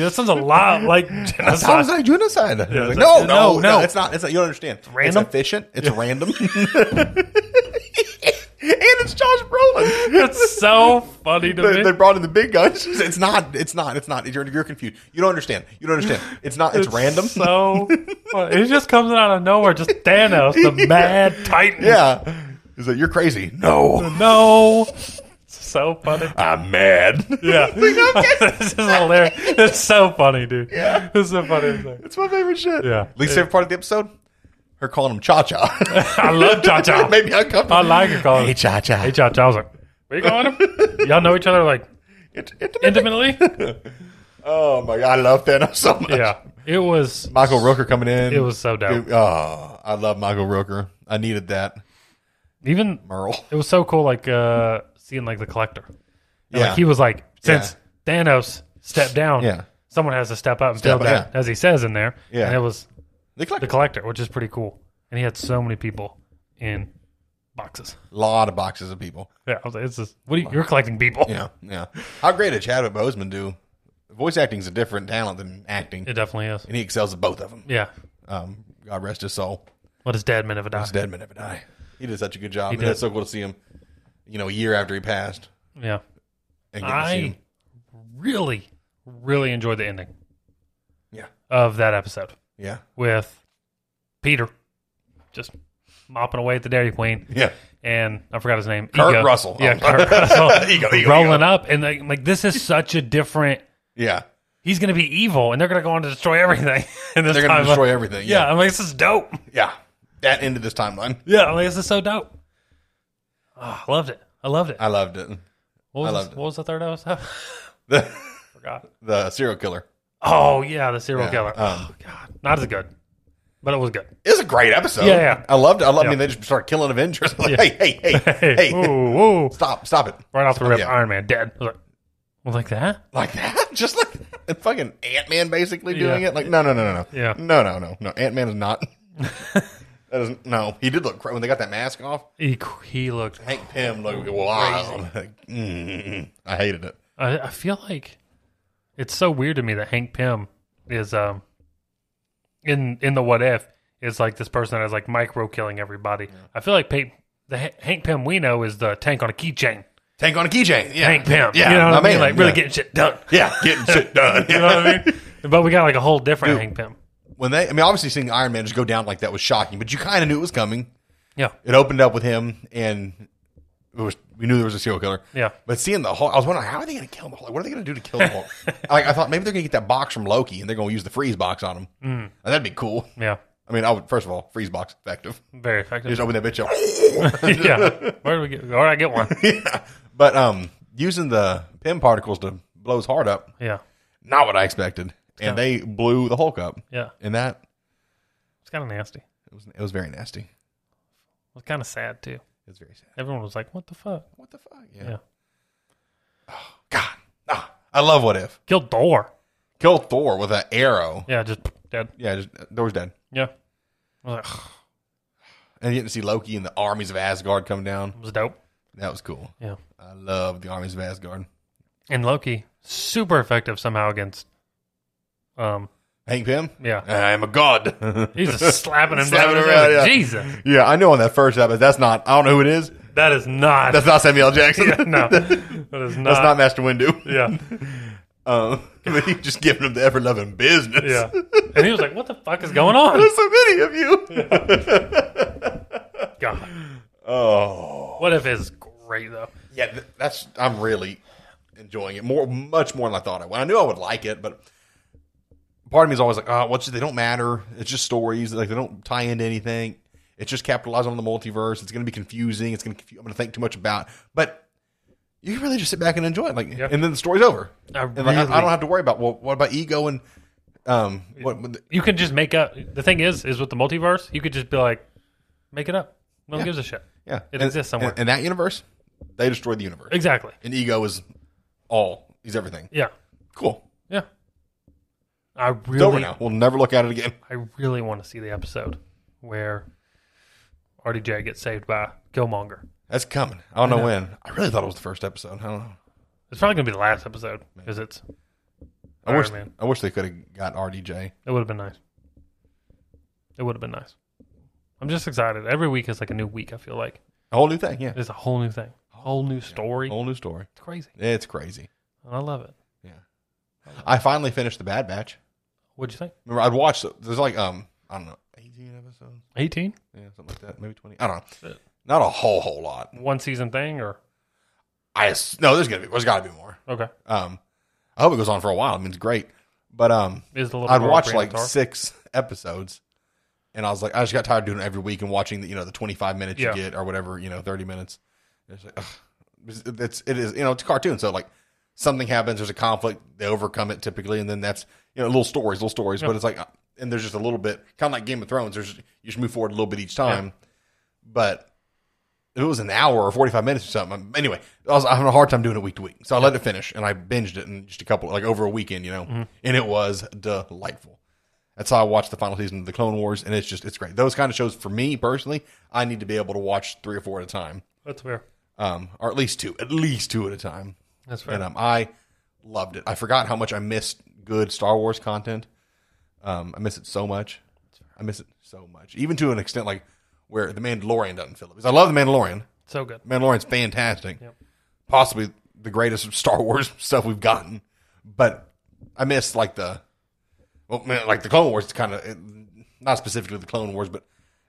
B: that sounds a lot like
A: That sounds
B: genocide.
A: like genocide. Like,
B: it's
A: no,
B: like- uh,
A: no, no,
B: no, no.
A: It's not. It's not. You don't understand. It's
B: random.
A: It's efficient. It's random. and it's Josh Brolin.
B: That's so funny to
A: They,
B: me.
A: they brought in the big guns. It's not. It's not. It's not. You're, you're confused. You don't understand. You don't understand. It's not. It's, random.
B: So funny. it just comes out of nowhere. Just Thanos, the mad titan.
A: Yeah. Is that you're crazy? No.
B: No. So funny.
A: I'm mad.
B: Yeah. this is hilarious. It's so funny, dude.
A: Yeah.
B: It's so funny. It's like-
A: It's my favorite shit.
B: Yeah.
A: Least favorite part of the episode? Her calling him Cha Cha.
B: I love Cha Cha.
A: Maybe I'll come.
B: I like her calling.
A: Hey, Cha Cha.
B: Hey, Cha Cha. I was like, where you calling him? Y'all know each other like
A: It- it-
B: intimately?
A: Oh my god, I love Thanos so much.
B: yeah. It was.
A: Michael Rooker coming in.
B: It was so dope.
A: Oh, I love Michael Rooker. I needed that.
B: Even
A: Merle.
B: it was so cool, like uh seeing like the collector. And,
A: Yeah.
B: Like he was like, since Thanos stepped down,
A: Yeah.
B: someone has to step up and fill
A: up,
B: that, as he says in there.
A: Yeah.
B: And it was
A: they
B: the
A: collected
B: collector, which is pretty cool. And he had so many people in boxes.
A: a lot of boxes of people.
B: Yeah, I was like, it's just what are you, you're collecting people.
A: Yeah, yeah. How great did Chadwick Boseman do? Voice acting's a different talent than acting,
B: It definitely is.
A: and he excels at both of them.
B: Yeah.
A: Um, God rest his soul.
B: What is dead men of a die?
A: He's dead men never die. He did such a good job. and
B: did.
A: it's so cool to see him, you know, a year after he passed.
B: Yeah.
A: And get to see him.
B: I really, really enjoyed the ending
A: Yeah.
B: of that episode
A: Yeah.
B: with Peter just mopping away at the Dairy Queen.
A: Yeah.
B: And I forgot his name.
A: Kurt
B: Ego.
A: Russell.
B: Yeah,
A: Oh.
B: Kurt Russell.
A: Ego, ego,
B: rolling up. And like, like, this is such a different.
A: Yeah.
B: He's going to be evil and they're going to go on to destroy everything. in this
A: They're going to
B: timeline.
A: destroy everything.
B: Yeah.
A: Yeah.
B: I'm like, this is dope.
A: Yeah. That ended this timeline.
B: Yeah. I'm like, this is so dope. Oh, I loved it. I loved it.
A: I loved it.
B: What was,
A: I
B: this-
A: loved it.
B: what was the third episode?
A: The,
B: forgot.
A: the serial killer.
B: Oh, yeah. The serial
A: Yeah,
B: killer.
A: um,
B: oh, God. Not as good, but it was good.
A: It was a great episode.
B: Yeah, yeah.
A: I loved it. I love. I
B: Yeah.
A: mean, they just started killing Avengers. Like, hey, hey, hey, hey,
B: Ooh, ooh.
A: stop, stop it,
B: Right off the rip,
A: Yeah.
B: Iron Man dead. I was like, well, like that?
A: like that, just like and fucking Ant Man basically doing
B: Yeah.
A: it. Like, no, no, no, no, no,
B: Yeah.
A: no, no, no, no. Ant Man is not. that is no. He did look cra- when they got that mask off.
B: He, he looked.
A: Hank Pym looked wild. Like, mm, I hated it.
B: I, I feel like it's so weird to me that Hank Pym is um in in the what if is like this person that is like micro killing everybody. I feel like Peyton, the H- Hank Pym we know is the tank on a keychain.
A: Tank on a keychain. Yeah.
B: Hank Pym.
A: Yeah.
B: you know what
A: my
B: I
A: man,
B: mean? Like really
A: yeah.
B: getting shit done.
A: Yeah, getting shit done.
B: You know what I mean? But we got like a whole different Hank Pym.
A: When they, I mean, obviously seeing Iron Man just go down like that was shocking, but you kind of knew it was coming.
B: Yeah,
A: It opened up with him, and it was we knew there was a serial killer.
B: Yeah.
A: But seeing the Hulk, I was wondering how are they going to kill the Hulk? What are they going to do to kill the Hulk? like I thought maybe they're going to get that box from Loki, and they're going to use the freeze box on him. Mm. that'd be cool.
B: yeah,
A: I mean, I would first of all freeze box effective.
B: very effective.
A: Just open that bitch up.
B: yeah, where do we get? All right, I get one.
A: yeah. But um, using the pin particles to blow his heart up,
B: Yeah,
A: not what I expected. And they blew the Hulk up.
B: yeah,
A: And that
B: it's kind of nasty.
A: it was it was very nasty.
B: It's kind of sad too.
A: It was very sad.
B: Everyone was like, "What the fuck?"
A: What the fuck? Yeah.
B: Yeah.
A: Oh God. Ah, I love what if.
B: Kill Thor.
A: Kill Thor with an arrow.
B: Yeah, just dead.
A: Yeah, just Thor's dead.
B: Yeah, I was like, "Ugh,
A: And you get to see Loki and the armies of Asgard come down.
B: it was dope.
A: That was cool.
B: Yeah,
A: I love the armies of Asgard.
B: and Loki super effective somehow against. Um,
A: Hank Pym?
B: Yeah.
A: I am a god.
B: he's just slapping him
A: Slapping
B: down.
A: him around, yeah.
B: Jesus,
A: yeah, I know on that first episode that's not I don't know who it is.
B: that is not.
A: That's not Samuel L. Jackson.
B: no, that is
A: That's
B: not.
A: not Master Windu.
B: yeah,
A: Um, but he's just giving him the ever loving business.
B: yeah. And he was like, "What the fuck is going on?"
A: There's so many of you.
B: God,
A: Oh.
B: what if is great though.
A: Yeah, th- that's, I'm really enjoying it more, much more than I thought I would. I knew I would like it, but part of me is always like, oh, what's, they don't matter. It's just stories. Like, they don't tie into anything. It's just capitalizing on the multiverse. It's going to be confusing. It's going to, confu- I'm going to think too much about it. But you can really just sit back and enjoy it. Like,
B: Yeah.
A: and then the story's over.
B: I
A: And like, I- I,
B: really-
A: don't have to worry about, well, what about ego and, um, what, what
B: you can just make up. The thing is, is with the multiverse, you could just be like, make it up. No
A: Yeah.
B: one gives a shit.
A: Yeah,
B: It exists somewhere.
A: In, in that universe, they destroyed the universe,
B: Exactly.
A: and ego is all. He's everything.
B: Yeah.
A: Cool.
B: Yeah. I
A: It's over
B: really,
A: now. We'll never look at it again.
B: I really want to see the episode where RDJ gets saved by Killmonger.
A: That's coming. I don't know, when. I really thought it was the first episode. I don't know.
B: It's probably gonna be the last episode because it's.
A: I
B: Iron
A: wish.
B: Man.
A: I wish they could have got RDJ.
B: It would have been nice. It would have been nice. I'm just excited. Every week is like a new week. I feel like
A: A whole new thing. Yeah.
B: it's a whole new thing,
A: Oh,
B: whole new story.
A: whole new story.
B: It's crazy,
A: It's crazy.
B: and I love it.
A: Yeah. I finally finished the Bad Batch.
B: What'd you think?
A: Remember, I'd watched. There's like um, I don't know, 18 episodes.
B: 18,
A: Yeah, something like that. Maybe 20. I don't know. Not a whole whole lot.
B: one season thing, or
A: I ass- no. There's gonna be. There's gotta be more.
B: okay?
A: Um, I hope it goes on for a while. I mean, it's great, but um,
B: Is the little
A: I'd
B: girl
A: watched
B: Brianna
A: like
B: Tarr?
A: six episodes, and I was like, I just got tired of doing it every week and watching the you know the twenty five minutes
B: Yeah.
A: you get or whatever you know thirty minutes. It's like, ugh. It's- it's it is you know it's a cartoon, so like something happens, there's a conflict, they overcome it typically, and then that's you know little stories, little stories, but it's like uh, and there's just a little bit, kind of like Game of Thrones. There's you just move forward a little bit each time, but. If it was an hour or 45 minutes or something. I'm- Anyway, I was having a hard time doing it week to week. So I let it finish and I binged it in just a couple, like over a weekend, you know, and it was delightful. That's how I watched the final season of the Clone Wars, and it's just it's great. Those kind of shows for me personally, I need to be able to watch three or four at a time,
B: That's fair.
A: um, or at least two, at least two at a time.
B: That's fair.
A: And um, I loved it. I forgot how much I missed good Star Wars content. Um, I miss it so much. I miss it so much, even to an extent like where the Mandalorian doesn't feel it. Because I love the Mandalorian.
B: so good.
A: Mandalorian's fantastic. Possibly the greatest Star Wars stuff we've gotten. But I miss like the well, man, like the Clone Wars kind of not specifically the Clone Wars, but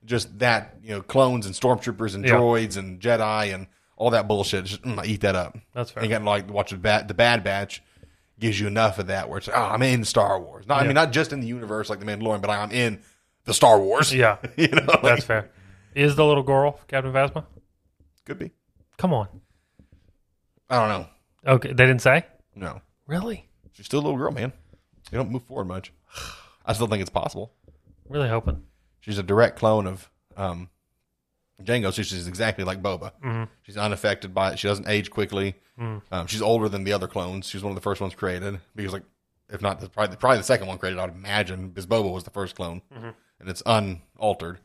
A: just that, you know, clones and stormtroopers and
B: Yeah.
A: droids and Jedi and all that bullshit. Just, mm, I eat that up.
B: That's fair.
A: And got like watch the bad the Bad Batch gives you enough of that where it's oh, I'm in Star Wars. Not I mean not just in the universe like the Mandalorian, but like, I'm in the Star Wars.
B: Yeah,
A: you know, like,
B: that's fair. Is the little girl Captain Phasma?
A: could be.
B: Come on.
A: I don't know.
B: Okay, they didn't say.
A: No.
B: Really?
A: She's still a little girl, man. They don't move forward much. I still think it's possible.
B: Really hoping.
A: She's a direct clone of um, Django, so she's exactly like Boba. She's unaffected by it. She doesn't age quickly. Um, she's older than the other clones. She's one of the first ones created because, like, if not, the, probably, probably the second one created, I'd imagine, because Boba was the first clone, and it's unaltered.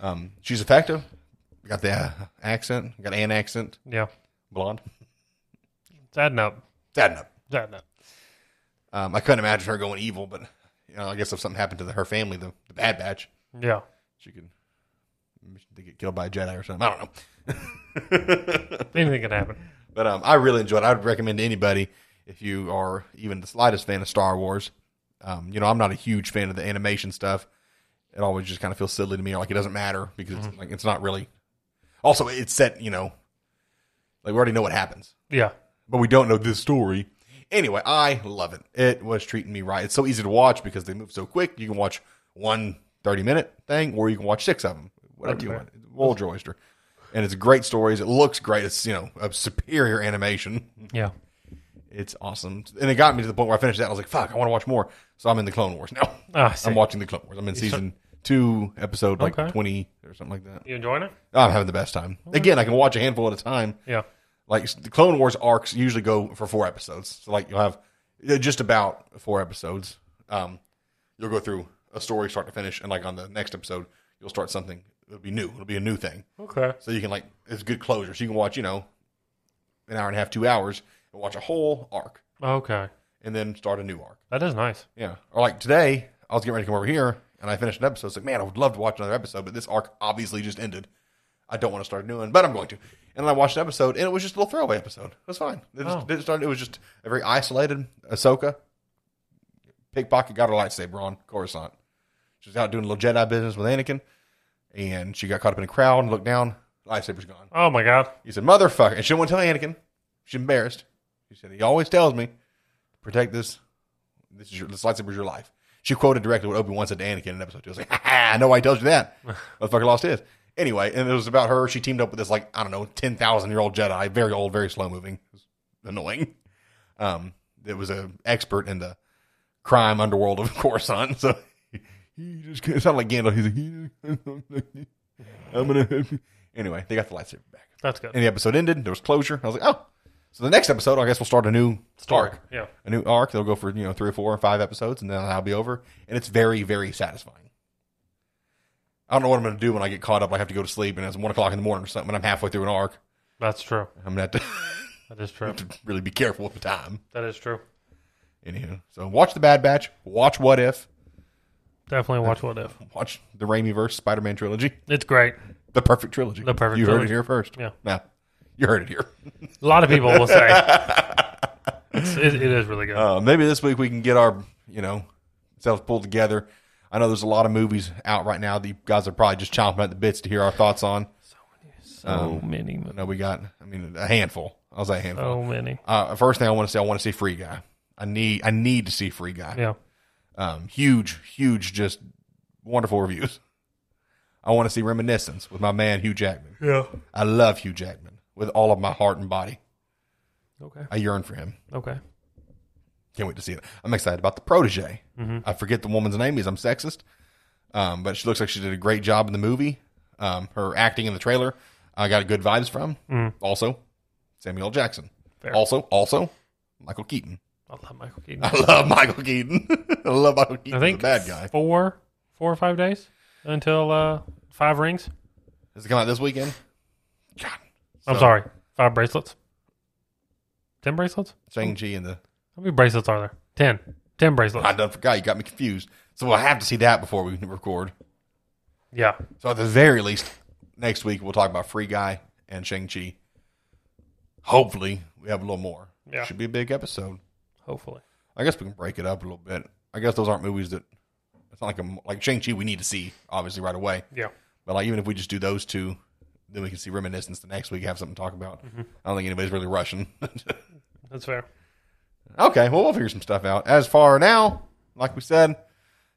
A: Um, she's effective. Got the uh, accent. Got an accent.
B: Yeah.
A: Blonde.
B: Sadden up.
A: Sad enough.
B: Sadden up.
A: Um, I couldn't imagine her going evil, but you know, I guess if something happened to the, her family, the, the Bad Batch,
B: Yeah.
A: she could They get killed by a Jedi or something. I don't know.
B: Anything can happen.
A: But um, I really enjoyed. it. I would recommend to anybody if you are even the slightest fan of Star Wars. Um, you know, I'm not a huge fan of the animation stuff. It always just kind of feels silly to me, or like it doesn't matter because it's like it's not really. Also, it's set. You know, like we already know what happens,
B: Yeah.
A: but we don't know this story. Anyway, I love it. It was treating me right. It's so easy to watch because they move so quick. You can watch one 30 minute thing, or you can watch six of them, whatever you
B: Okay.
A: want. World your oyster, and it's great stories. It looks great. It's you know a superior animation.
B: Yeah.
A: It's awesome. And it got me to the point where I finished that. I was like, fuck, I want to watch more. So I'm in the Clone Wars now.
B: Ah, I see.
A: I'm watching the Clone Wars. I'm in season two, episode like
B: Okay.
A: 20 or something like that.
B: You enjoying it?
A: I'm having the best time. Again, I can watch a handful at a time.
B: Yeah.
A: Like the Clone Wars arcs usually go for four episodes. So like you'll have uh, just about four episodes. Um, you'll go through a story start to finish. And like on the next episode, you'll start something. It'll be new. It'll be a new thing.
B: Okay.
A: So you can like, it's good closure. So you can watch, you know, an hour and a half, two hours and watch a whole arc
B: Okay.
A: and then start a new arc.
B: That is nice.
A: Yeah. Or like today, I was getting ready to come over here and I finished an episode. It's like, man, I would love to watch another episode, but this arc obviously just ended. I don't want to start a new one, but I'm going to. And then I watched an episode and it was just a little throwaway episode. It was fine. It, just,
B: Oh.
A: didn't start, it was just a very isolated Ahsoka. Pickpocket got her lightsaber on Coruscant. She was out doing a little Jedi business with Anakin and she got caught up in a crowd and looked down. Lightsaber's gone.
B: Oh my god.
A: He said, motherfucker. And she won't tell Anakin. She's embarrassed. She said, he always tells me to protect this. This is your, this lightsaber is your life. She quoted directly what Obi-Wan said to Anakin in episode two. I was like, ha ha, I know why he tells you that. Motherfucker lost his. Anyway, and it was about her. She teamed up with this, like, I don't know, 10,000 year old Jedi, very old, very slow moving. It was annoying. Um, that was an expert in the crime underworld of Coruscant. So he just it sounded like Gandalf. He's like, I'm going to help you. Anyway, they got the lightsaber back
B: That's good.
A: and the episode ended. There was closure. I was like, oh, so the next episode, I guess we'll start a new arc,
B: Yeah.
A: a new arc. They'll go for you know three or four or five episodes, and then I'll be over. And it's very, very satisfying. I don't know what I'm going to do when I get caught up. I have to go to sleep, and it's one o'clock in the morning or something. And I'm halfway through an arc.
B: That's true.
A: I'm going to
B: That is true.
A: have to really be careful with the time.
B: That is true.
A: Anywho, so watch the Bad Batch. Watch What If.
B: Definitely watch what if.
A: Watch the Raimi verse Spider-Man trilogy.
B: It's great.
A: The perfect trilogy.
B: The perfect
A: You heard it
B: trilogy.
A: here first.
B: Yeah.
A: No, you heard it here.
B: A lot of people will say it's, it, it is really good.
A: Uh, maybe this week we can get our you know selves pulled together. I know there's a lot of movies out right now that you guys are probably just chomping at the bits to hear our thoughts on.
B: so
A: um,
B: many,
A: I know we got, I mean, a handful. I'll say a handful.
B: so Oh, many.
A: Uh, first thing I want to say, I want to see Free Guy. I need, I need to see Free Guy.
B: Yeah.
A: Um, huge, huge, just wonderful reviews. I want to see Reminiscence with my man Hugh Jackman.
B: Yeah.
A: I love Hugh Jackman with all of my heart and body.
B: Okay.
A: I yearn for him.
B: Okay.
A: Can't wait to see it. I'm excited about the protege.
B: Mm-hmm.
A: I forget the woman's name because I'm sexist, um, but she looks like she did a great job in the movie. Um, her acting in the trailer, I got good vibes from. Also, Samuel L. Jackson.
B: Mm-hmm. Fair.
A: Also, also Michael Keaton.
B: I love Michael Keaton.
A: I love Michael Keaton. I love Michael Keaton.
B: I think
A: the bad guy.
B: Four, four or five days until uh, five rings.
A: Does it come out this weekend? God,
B: I'm
A: So-
B: sorry, five bracelets. Ten bracelets?
A: Shang Chi and the
B: How many bracelets are there? Ten. Ten bracelets.
A: I done forgot. You got me confused. So we'll have to see that before we record.
B: yeah.
A: So at the very least, next week we'll talk about Free Guy and Shang Chi. Hopefully, we have a little more.
B: Yeah.
A: Should be a big episode.
B: Hopefully.
A: I guess we can break it up a little bit. I guess those aren't movies that. It's not like a like Shang Chi. We need to see obviously right away.
B: Yeah.
A: But like even if we just do those two, then we can see Reminiscence the next week. Have something to talk about. I don't think anybody's really rushing.
B: That's fair.
A: okay, well we'll figure some stuff out. As far now, like we said,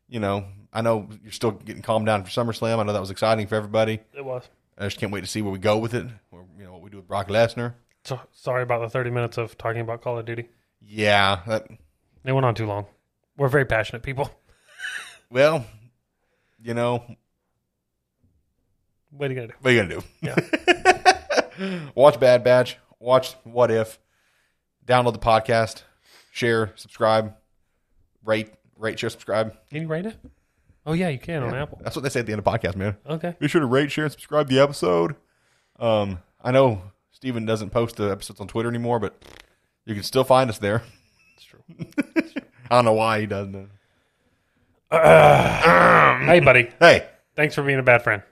A: you know, I know you're still getting calmed down for SummerSlam. I know that was exciting for everybody.
B: It was.
A: I just can't wait to see where we go with it. Or, you know what we do with Brock Lesnar.
B: So, sorry about the 30 minutes of talking about Call of Duty.
A: Yeah. that-
B: It went on too long. We're very passionate people.
A: well, you know
B: What are you gonna do?
A: what are you gonna do? watch Bad Batch. Watch What If. Download the podcast. Share. Subscribe. Rate. Rate. Share. Subscribe.
B: Can you rate it? Oh yeah, you can on Apple.
A: That's what they say at the end of podcast, man.
B: Okay.
A: Be sure to rate, share, and subscribe to the episode. Um, I know Steven doesn't post the episodes on Twitter anymore, but you can still find us there.
B: That's true.
A: I don't know why he doesn't.
B: hey buddy,
A: Hey.
B: thanks for being a bad friend.